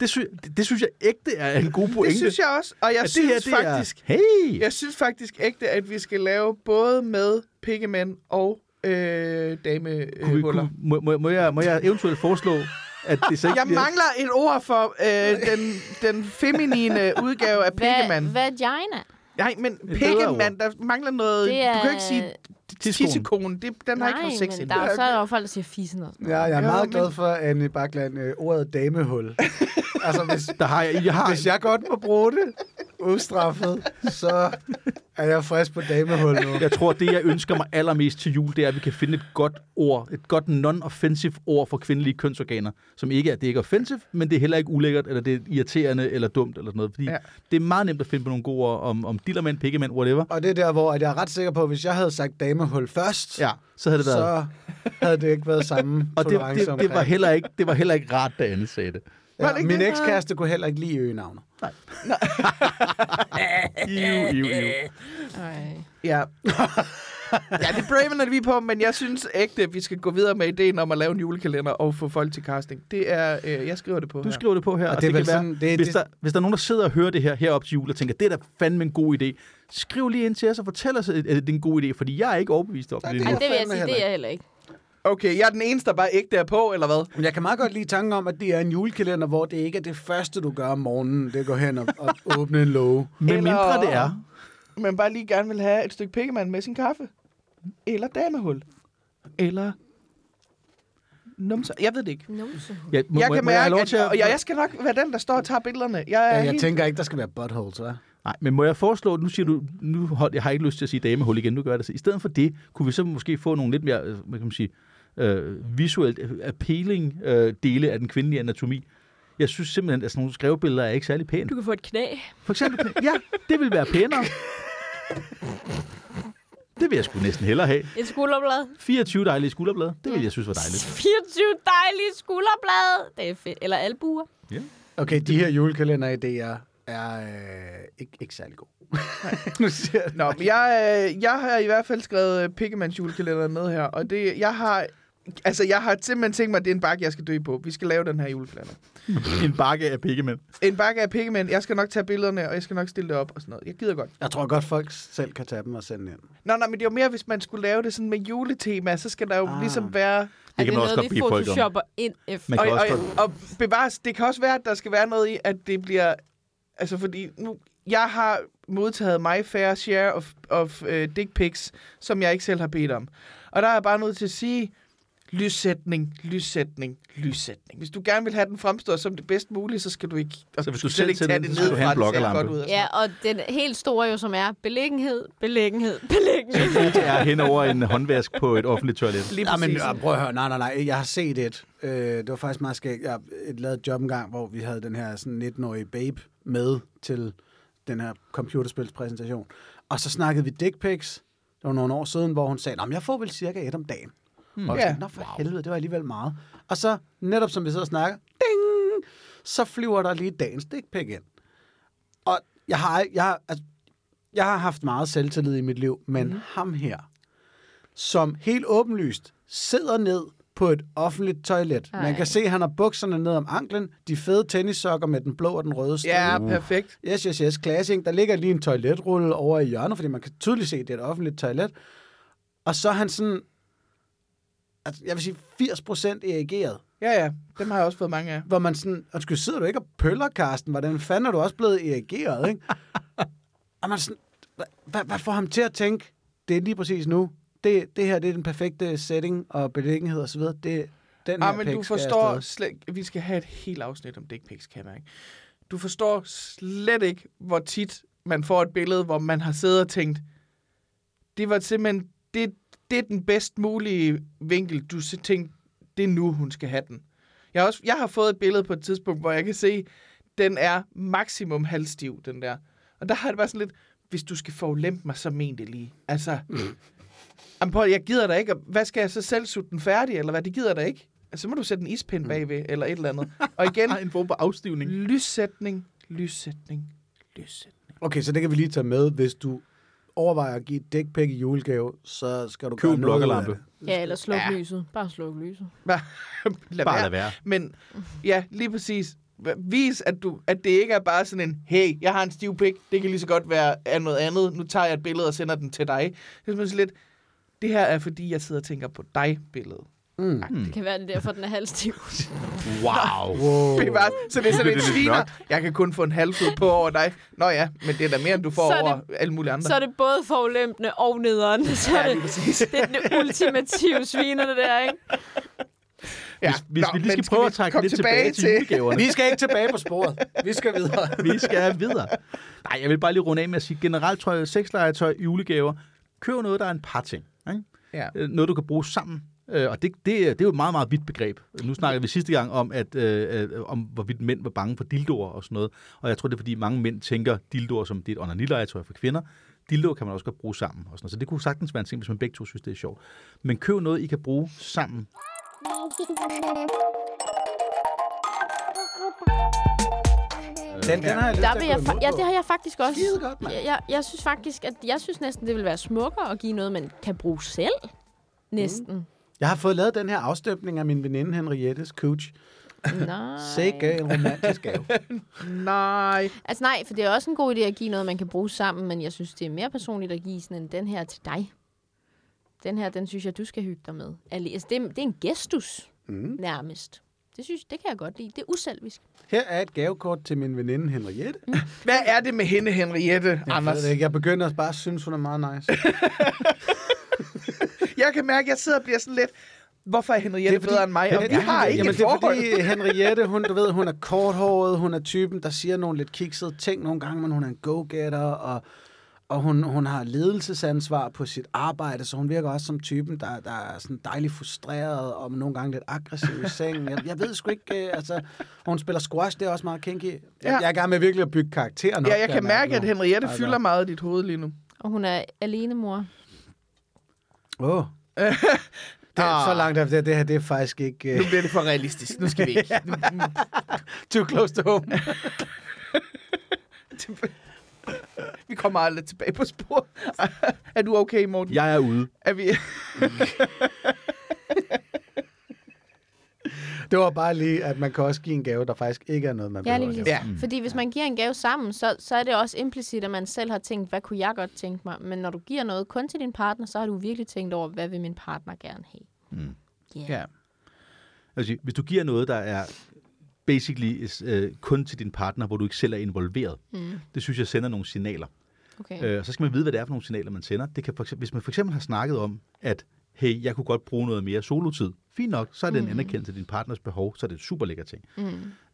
Det, sy- det, det synes jeg ægte er en god pointe. det synes jeg også. Og jeg At synes det her, det faktisk, Er, hey! jeg synes faktisk ægte, at vi skal lave både med pikkemænd og øh, Kunne vi, damehuller. kunne, må, må, må, jeg, må jeg eventuelt foreslå, at det så ikke Jeg bliver- mangler et ord for øh, den, den feminine udgave af pikkemand. Hvad, vagina? Nej, men bedre pikkemand, der mangler noget... Det Du er- kan ikke sige Tidskonen. tissekone. Det, den har ikke Nej, haft sex men endnu. der er jo så er der jo folk, der siger fissen og sådan Ja, jeg er Jo, meget men- glad for, Anne Bakland, øh, ordet damehul. altså, hvis, Der har jeg, jeg har, hvis jeg godt må bruge det ustraffet, så er jeg frisk på damehul nu. Jeg tror, det jeg ønsker mig allermest til jul, det er, at vi kan finde et godt ord, et godt non-offensive ord for kvindelige kønsorganer, som ikke er, det er ikke offensive, men det er heller ikke ulækkert, eller det er irriterende, eller dumt, eller sådan noget. Fordi Ja. ja. det er meget nemt at finde på nogle gode ord om, om dillermænd, pikkemænd, whatever. Og det er der, hvor at jeg er ret sikker på, at hvis jeg havde sagt damehul først, Ja, så havde det været... Så... så havde det ikke været samme Og det, tolerance det, det, var omkring. heller ikke, det var heller ikke rart, da Anne sagde det. Var det Ja, ikke min det, der- ekskæreste kunne heller ikke lide øgenavne. Iu, iu, iu. noget. Ja. ja, det er Braven, at vi er på, men jeg synes ægte, at vi skal gå videre med ideen om at lave en julekalender og få folk til casting. Det er... Øh, jeg skriver det på Du her. skriver det på her, det og, er og det, vel det kan sådan- være, det- hvis, det- Der, hvis der er nogen, der sidder og hører det her herop til jul og tænker, det er da fandme en god idé, skriv lige ind til os og fortæl os, at det er en god idé, fordi jeg er ikke overbevist om Nej, det. det Ej, endnu. det vil jeg fandme sige, heller det er jeg heller ikke. Okay, jeg er den eneste, der bare ægte er på, eller hvad? Men jeg kan meget godt lide tanken om, at det er en julekalender, hvor det ikke er det første, du gør om morgenen. Det går hen og, og åbne en låge. Med Eller- mindre det er, Man bare lige gerne vil have et stykke pikkemand med sin kaffe. Eller damehul. Eller... Numser. Jeg ved det ikke. Numse. Ja, må, jeg må, kan må jeg mærke, have lov at, til at... og jeg, jeg skal nok være den, der står og tager billederne. Jeg, er Ja, jeg helt... tænker ikke, der skal være buttholes, hva'? Nej, men må jeg foreslå, nu siger du, nu hold, jeg har ikke lyst til at sige damehul igen, nu gør jeg det. Så I stedet for det, kunne vi så måske få nogle lidt mere, øh, hvad kan man sige, øh, visuelt appealing øh, dele af den kvindelige anatomi. Jeg synes simpelthen, at sådan nogle skrevbilleder er ikke særlig pæne. Du kan få et knæ. For eksempel, ja, det vil være pænere. Det vil jeg sgu næsten hellere have. Et skulderblad. 24 dejlige skulderblade, det vil jeg synes var dejligt. 24 dejlige skulderblad. Det er fedt. Eller albuer. Okay, de her julekalender-idéer er øh, ikke, ikke særlig gode. nu siger jeg, Nå, men jeg, øh, jeg har i hvert fald skrevet øh, Pikkemands julekalender med her, og det, jeg har... Altså, jeg har simpelthen tænkt mig, at det er en bakke, jeg skal dø på. Vi skal lave den her julekalender. En bakke af pikkemænd. En bakke af Pikkemand. Jeg skal nok tage billederne, og jeg skal nok stille det op og sådan noget. Jeg gider godt. jeg tror godt, folk selv kan tage dem og sende ind. Nå, nej, men det er jo mere, hvis man skulle lave det sådan med juletema, så skal der jo ah. Ah. ligesom være... Er Det kan man også noget, godt vi bede folk om. photoshopper ind efter? Man Og, kan og, også godt og bevares, det kan også være, at der skal være noget i, at det bliver... Altså, fordi nu... Jeg har modtaget my fair share of, of uh, dick pics, som jeg ikke selv har bedt om. Og der er jeg bare nødt til at sige, lyssætning, lyssætning, lyssætning. Hvis du gerne vil have den fremstået som det bedst mulige, så skal du ikke... og Så hvis skal du selv ikke tænder tage den, det så skal du have en nedefra, det ser blokkerlampe. godt ud og sådan Ja, og den helt store jo, som er beliggenhed, beliggenhed, beliggenhed. Det er hen over en håndvask på et offentligt toilet. Lige Ja, men præcis. ja, prøv at høre, nej, nej, nej, jeg har set et. Øh, det var faktisk meget skægt. Jeg lavede et job engang, hvor vi havde den her sådan 19-årige babe med til den her computerspilspræsentation. Og så snakkede vi dick pics. Det var nogle år siden, hvor hun sagde, at jeg får vel cirka et om dagen. Hmm. Og jeg Ja. tænkte, Nå for helvede, det var alligevel meget. Og så, netop som vi sidder og snakker, ding, så flyver der lige dagens dick pic ind. Og jeg har, jeg, har- altså, jeg har haft meget selvtillid i mit liv, men mm. ham her, som helt åbenlyst sidder ned på et offentligt toilet. Ej. Man Ej. kan se, at han har bukserne ned om anklen, de fede tennissokker med den blå og den røde stribe. Ja, Uh. perfekt. Yes, yes, yes, classing. Der ligger lige en toiletrulle over i hjørnet, fordi man kan tydeligt se, at det er et offentligt toilet. Og så er han sådan, altså, jeg vil sige 80% erigeret, Ja, ja. Dem har jeg også fået mange af. hvor man sådan, undskyld, sidder du ikke og pøller, Karsten? Hvordan fanden er du også blevet erigeret, ikke? og man er sådan, "Hva- hva- hvad får ham til at tænke, det er lige præcis nu, det, det her, det er den perfekte setting og beliggenhed osv., det den her Ah, men pik du skal forstår afsted." slet ikke- Vi skal have et helt afsnit om dick pics, kan jeg mærke. Du forstår slet ikke, hvor tit man får et billede, hvor man har siddet og tænkt, det var simpelthen, det, det er den bedst mulige vinkel, du s- tænkte, det er nu, hun skal have den. Jeg har, også, jeg har fået et billede på et tidspunkt, hvor jeg kan se, den er maksimum halvstiv, den der. Og der har det bare sådan lidt, hvis du skal forulempe mig, så men det lige. Altså, Mm. jamen Paul, jeg gider da ikke. og Hvad skal jeg så selv sutte den færdig, eller hvad? Det gider der ikke. Altså, så må du sætte en Mm. ispind bagved, eller et eller andet. Og igen, en form for afstivning. lyssætning, lyssætning, lyssætning. Okay, så det kan vi lige tage med. Hvis du overvejer at give et dæk i julegave, så skal du Køb gøre en noget ud af blokkerlampe. det. Ja, eller sluk Ja. ja. lyset. Bare sluk lyset. lad Bare lad være. Men ja, lige præcis. Hva- Vis, at, du, at det ikke er bare sådan en, hey, jeg har en stiv pik, det kan lige så godt være af noget andet, nu tager jeg et billede og sender den til dig. Det er sådan lidt, det her er fordi, jeg sidder og tænker på dig billedet. Mm. Det kan være, det er derfor, den er halvstiv. Wow. Wow. Det er bare, så det er sådan Det er en lidt sviner. nok. Jeg kan kun få en halvfod på over dig. Nå ja, men det er da mere, end du får Så er over det- alle mulige andre. så er det både forulempende og nederen. Så er ja, det, lige præcis. det er den ultimative sviner, det der, ikke? Ja. Hvis, hvis Nå, vi lige men skal prøve at trække komme lidt tilbage, til julegaverne. Vi skal ikke tilbage på sporet. Vi skal videre. vi skal videre. Nej, jeg vil bare lige runde af med at sige, generelt tror jeg, sexlegetøj, julegaver, køb noget, der er en par ting. Ikke? Ja. Øh, Noget, du kan bruge sammen. Øh, Og det, det, det er jo et meget, meget vidt begreb. Nu snakkede vi sidste gang om, at, øh, øh, om hvorvidt mænd var bange for dildoer og sådan noget. Og jeg tror, det er, fordi mange mænd tænker dildoer som, det er et onanilegetøj for kvinder. Dildoer kan man også godt bruge sammen. Og sådan noget. Så det kunne sagtens være en ting, hvis man begge to synes, det er sjovt. Men køb noget, I kan bruge sammen. Den, den har jeg lyst Der til vil at jeg gå fa- imod ja, på. det har jeg faktisk også. Skide godt, mand. jeg, jeg, jeg synes faktisk, at jeg synes næsten, det ville være smukkere at give noget, man kan bruge selv. Næsten. Mm. Jeg har fået lavet den her afstøbning af min veninde Henriettes coach. Nej. Mm. Sikke en romantisk gave. Nej. Altså nej, for det er også en god idé at give noget, man kan bruge sammen, men jeg synes, det er mere personligt at give sådan en, den her til dig. Den her, den synes jeg, du skal hygge dig med. Ali- Altså, det, er- det er en gestus, mm. nærmest. Det synes det kan jeg godt lide. Det er uselvisk. Her er et gavekort til min veninde Henriette. Hvad er det med hende, Henriette, Jeg, Mm. Anders? ved det ikke. jeg begynder bare at synes, hun er meget nice. Jeg kan mærke, at jeg sidder og bliver sådan lidt, hvorfor er Det Henriette det er er fordi- bedre end mig? Og vi har ikke Jamen, et det er forhold. fordi Henriette, hun, du ved, hun er korthåret, hun er typen, der siger nogle lidt kiksede ting nogle gange, men hun er en go-getter, og, og hun, hun har ledelsesansvar på sit arbejde, så hun virker også som typen, der, der er sådan dejligt frustreret og nogle gange lidt aggressiv i sengen. Jeg, jeg ved sgu ikke, øh, altså, og hun spiller squash, det er også meget kinky. Jeg, ja. jeg er i gang med virkelig at bygge karakteren Ja, jeg kan mærke, at nu. Henriette Altså. fylder meget i dit hoved lige nu. Og hun er alene mor. Åh. Ah. Det er så langt efter det, det her, det er faktisk ikke Nu uh, bliver det for realistisk. Nu skal vi ikke. too close to home. vi kommer aldrig tilbage på spor. er du okay, Morten? Jeg er ude. Er vi... Det var bare lige, at man kan også give en gave, der faktisk ikke er noget, man Ja, behøver lige at lave. præcis. Ja. Ja. Fordi hvis man giver en gave sammen, så, så er det også implicit, at man selv har tænkt, hvad kunne jeg godt tænke mig? Men når du giver noget kun til din partner, så har du virkelig tænkt over, hvad vil min partner gerne have? Mm. Yeah. ja. Altså, hvis du giver noget, der er basically øh, kun til din partner, hvor du ikke selv er involveret, Mm. det synes jeg sender nogle signaler. Okay. Øh, og så skal man vide, hvad det er for nogle signaler, man sender. Det kan for eksempel, hvis man for eksempel har snakket om, at hey, jeg kunne godt bruge noget mere solotid. Fint nok, så er det mm. en anerkendelse af din partners behov, så er det en super lækker ting.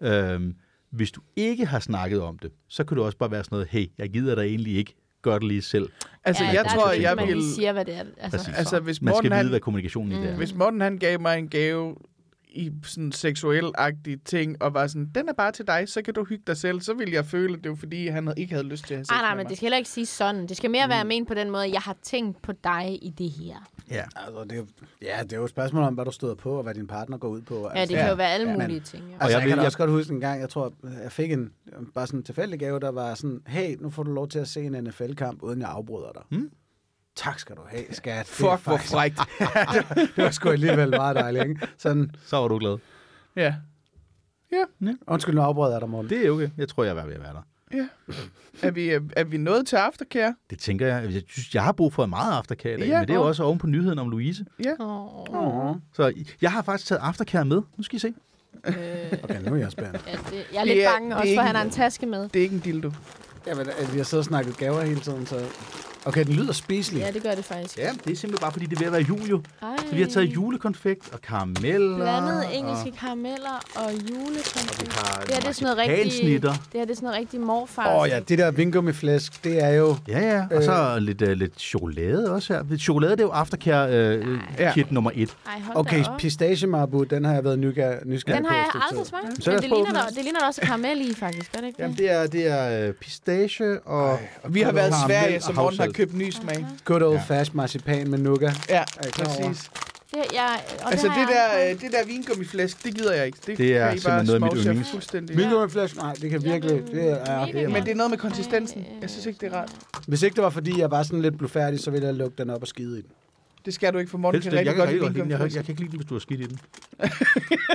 Mm. Øhm, hvis du ikke har snakket om det, så kan du også bare være sådan noget, hey, jeg gider dig egentlig ikke, gør det lige selv. Altså, ja, jeg der er tror, det vigtigt, jeg man vil... lige siger, hvad det er. Altså, Præcis. altså, hvis man skal Morten, vide, han- hvad kommunikationen i det er. Hvis Morten han gav mig en gave i sådan seksuel-agtig ting, og var sådan, den er bare til dig, så kan du hygge dig selv, så ville jeg føle, at det var fordi, han havde- ikke havde lyst til at have sex ah, nej, med men det mig. skal heller ikke sige sådan. Det skal mere være ment på den måde, jeg har tænkt på dig i det her. Ja. Altså, det er, jo- ja, det er jo et spørgsmål om, hvad du støder på, og hvad din partner går ud på. Ja, Altså, det kan ja. jo være alle Ja, men- mulige ting. Jo. Altså, jeg, jeg jeg kan ved- da også godt huske en gang, jeg tror, jeg fik en bare sådan en tilfældig gave, der var sådan, hey, nu får du lov til at se en NFL-kamp, uden jeg afbryder dig. Hmm? Tak skal du have, skat. Det er Fuck, hvor faktisk- frækt. Det var sgu alligevel meget dejligt, ikke? Sådan, Så var du glad. ja. undskyld, nu afbryder jeg dig, Morten. Det er okay. Jeg tror, jeg er ved at være der. ja. Er, vi, øh, er vi nået til aftercare? Det tænker jeg. Jeg synes, jeg har brug for meget aftercare i dag, Ja. men det er jo også oven på nyheden om Louise. Oh, Åh, Så jeg har faktisk taget aftercare med. Nu skal I se. øh, Okay, nu er jeg spændt. ja, det, jeg er lidt Det er- bange, det er også for ikke- han har en taske med. Det er ikke en dildo. Jamen, at øh, vi har siddet og snakket gaver hele tiden, så... Okay, den lyder spiselig. Ja, det gør det faktisk. Ja, det er simpelthen bare, fordi det er ved at være jul jo. Ej. Så vi har taget julekonfekt og karameller. Blandet engelske karameller og julekonfekt. Og vi har Det her, det er sådan noget rigtig, marcipansnitter. det her, det er sådan noget rigtig morfar. Åh oh, ja, det der vingummiflæsk, det er jo... Ja, ja. Og så lidt, øh, lidt chokolade også her. Lidt Chokolade, det er jo aftercare øh, øh, Ja. kit nummer et. Ej, hold Okay, da op. pistache marabu, den har jeg været nysgerrig, nysgerrig Den på. har et jeg stykke tid. aldrig smagt, Så men lad os det prøve ligner, den. der, det ligner der også karamel i, faktisk. Gør det ikke det? det er, det er øh, pistache og... Ej, og Vi har været i Karamel Sverige, og så morgen har havsalt. købt ny smag. Good old Ja. fast marcipan med nougat. Ja, Er I klar over? præcis. det her, jeg, og Altså det, det har jeg der, aldrig øh, det der vingummiflæsk, det gider jeg ikke. Det, Det kan I er bare simpelthen noget af mit smagsjæffe yndlings. Fuldstændig. Vingummiflæsk, nej, det kan virkelig... Det er, ja, det er Mega Men meget. det er noget med konsistensen. Ej, øh, Jeg synes ikke, det er rart. Hvis ikke det var, fordi jeg var sådan lidt blufærdig, så ville jeg lukke den op og skide i den. Det skal du ikke, for Morten Helst, kan den. jeg, rigtig kan godt rigtig lide godt lide den. Jeg, jeg vingummiflæsk. kan ikke lide den, hvis du har skidt i den.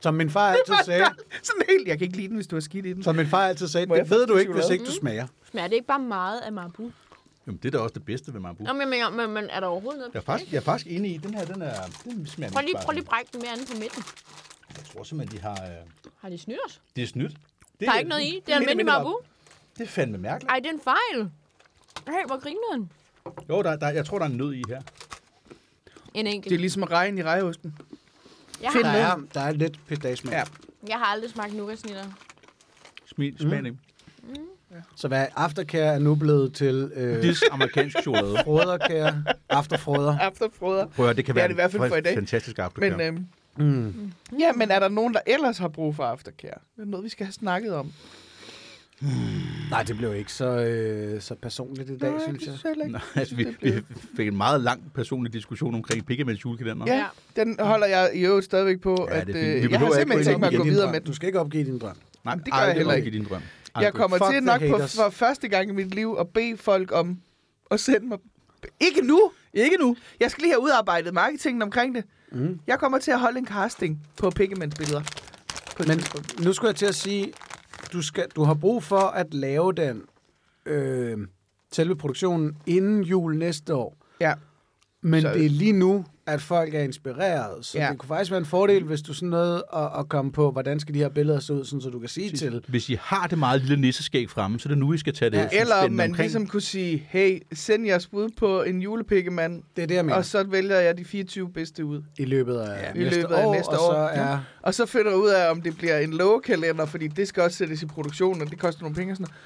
Som min far altid sagde, Sådan helt, jeg kan ikke lide den, hvis du har skidt i den. som min far altid sagde, Må jeg det ved få du ikke, hvis chokolade? ikke du smager. fået. Smager det ikke bare meget af marabu? Jamen, det er da også det bedste ved marabu. Nå, men, jeg mener, men, men er der overhovedet noget? Jeg er, faktisk, jeg er faktisk enig i, den her, den er... Den smager Prøv lige, bare- prøv lige at brække den mere anden på midten. Jeg tror simpelthen, de har... Øh, Har de snydt os? det er snydt. Det Der er ikke noget i. Det er almindelig mindre- marabu. Det er fandme mærkeligt. Ej, det er en fejl. Hey, hvor grineren? Jo, der, der, jeg tror, der er en nød i her. En Det er enkelt. ligesom regn i rejeosten. Jeg Der har, er, der er lidt pistache Ja. ja. jeg har aldrig smagt nougatsnitter. Smil, smag mm. Så hvad aftercare er nu blevet til øh, Dis amerikansk chokolade. froderkare, afterfroder. Afterfrøder. Prøv at høre, det kan Det er være det i hvert fald en for i dag. fantastisk aftercare. Men, øhm, Mm. ja, men er der nogen, der ellers har brug for aftercare? Det er noget, vi skal have snakket om. Nej, det blev ikke så, øh, så personligt i dag, Nej, synes det jeg. synes jeg heller ikke. Nej, altså, vi, vi fik en meget lang personlig diskussion omkring Piggaments julekalender. Ja, Ja. den holder jeg i øvrigt stadigvæk på. Ja, Ja, at, det er øh, fint. Vi jeg har behøver ikke gå simpelthen ind tænkt mig at i gå din videre drøm. med Du den. skal ikke opgive din drøm. Nej, det gør jeg heller ikke. i din drøm. Jeg kommer Fuck til the nok på, haters. for første gang i mit liv at bede folk om at sende mig... Ikke nu! Ikke nu! Jeg skal lige have udarbejdet marketingen omkring det. Mm. Jeg kommer til at holde en casting på Pigments billeder. På et Men tidspunkt. nu skulle jeg til at sige, du, skal, du har brug for at lave den øh, selve produktionen inden jul næste år. Ja. Men Så- så... det er lige nu, at folk er inspireret. Så Ja. ja. det kunne faktisk være en fordel, hvis du sådan noget at, at komme på, hvordan skal de her billeder se ud, sådan, så du kan sige til. Hvis I har det meget lille nisseskæg fremme, så er det nu, I skal tage det. Ja, sådan Eller om spændende man omkring. ligesom kunne sige, hey, send jeres bud på en julepikkemand, Det er det, jeg mener. og så vælger jeg de 24 bedste ud. I løbet af, Ja, ja, i næste, løbet år, af næste og år. så er... Og så finder jeg ud af, om det bliver en lågekalender, fordi det skal også sættes i produktion, og det koster nogle penge og sådan noget.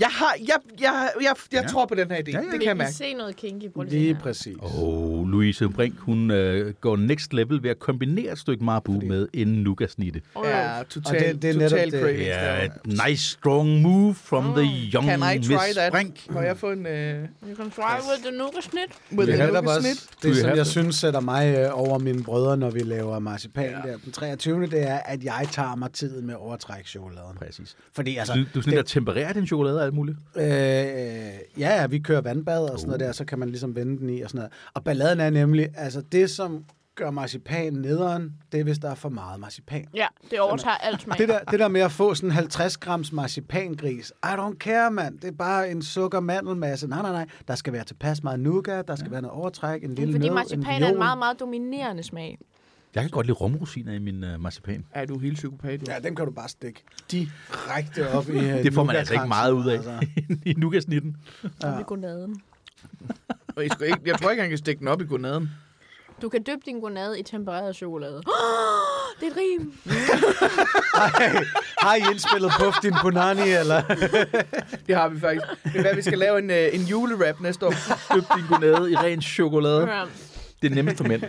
Jeg, har, jeg, jeg, jeg, jeg Ja. ja. tror på den her idé. Ja, ja. Det kan jeg mærke. Vi kan se noget kinky på det. Lige senere. præcis. ligesom- Åh, oh, Louise Brink, hun øh, går next level ved at kombinere et stykke marabu Fordi... med en nougatsnitte. Åh, Ja, Og total, det- det, det er total netop det. cravings. Ja, Yeah. et nice strong move from the young Can I try Miss that? Brink. Må jeg få en... Uh, You can try with the nougatsnit. med Det er en netop også lukkesnit? det, Do you som have jeg to? synes sætter mig øh, over mine brødre, når vi laver marcipan ja. der den 23. Det er, at jeg tager mig tiden med at overtrække chokoladen. Præcis. Fordi altså, Du, du er sådan en, der tempererer din chokolade og alt muligt. Øh, ja, ja, vi kører vandbad og sådan noget der, så kan man ligesom vende den i og sådan noget. Og balladen er nemlig, altså det, som gør marcipan nederen, det er, hvis der er for meget marcipan. Ja, det overtager alt smag. Det der, det der med at få sådan 50 grams marcipangris, I don't care, mand. Det er bare en sukkermandelmasse. Nej, nej, nej. Der skal være tilpas meget nougat, der skal være noget overtræk, en lille Fordi nød, marcipan er en viol. meget, meget dominerende smag. Jeg kan godt lide romrosiner i min øh, marcipan. Ja, du er helt psykopat. Du. Ja, dem kan du bare stikke direkte op i øh, Det får man altså ikke meget ud af nougatkransen, i nougatsnitten. Ja. Og gonaden. Og I skal ikke, jeg tror ikke, han kan stikke den op i gonaden. Du kan dyppe din gonade i tempereret chokolade. det er et rim. Altså. Har I indspillet Puff Din Punani, eller? Det har vi faktisk. Det er, hvad, vi skal lave en, øh, en julerap næste år. Dyb din gonade i ren chokolade. Ja. Det er nemmest for mænd.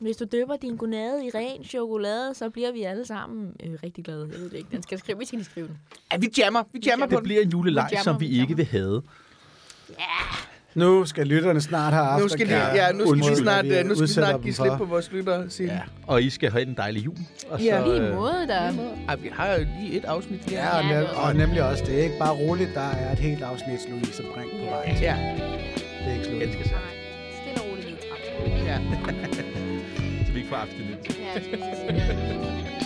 Hvis du dypper din gonade i ren chokolade, så bliver vi alle sammen øh, rigtig glade. Jeg ved det ikke. Den skal skrive. Vi skal lige skrive den. Ja, vi jammer. Vi jammer på Det den. bliver en juleleg, jammer, som vi vi jammer. ikke vil have. Nu skal lytterne snart have aftercare. Nu skal, lige, ja, nu skal vi Undskyld, snart, at vi, øh, nu skal vi udsætter snart dem give for- slip på vores lytter. Ja. Og I skal have en dejlig jul. Og Ja. Lige i øh, måde, der. Ej, vi har jo lige et afsnit her. Ja, og, Ja, det nem, er og nemlig også, det er ikke bare roligt, der er et helt afsnit, Louise Brink på vej. Ja. Det er ikke slut. elsker sig. Nej, stille og roligt ned. ja. Så vi ikke får aften. Ja, jeg skal lige sige det.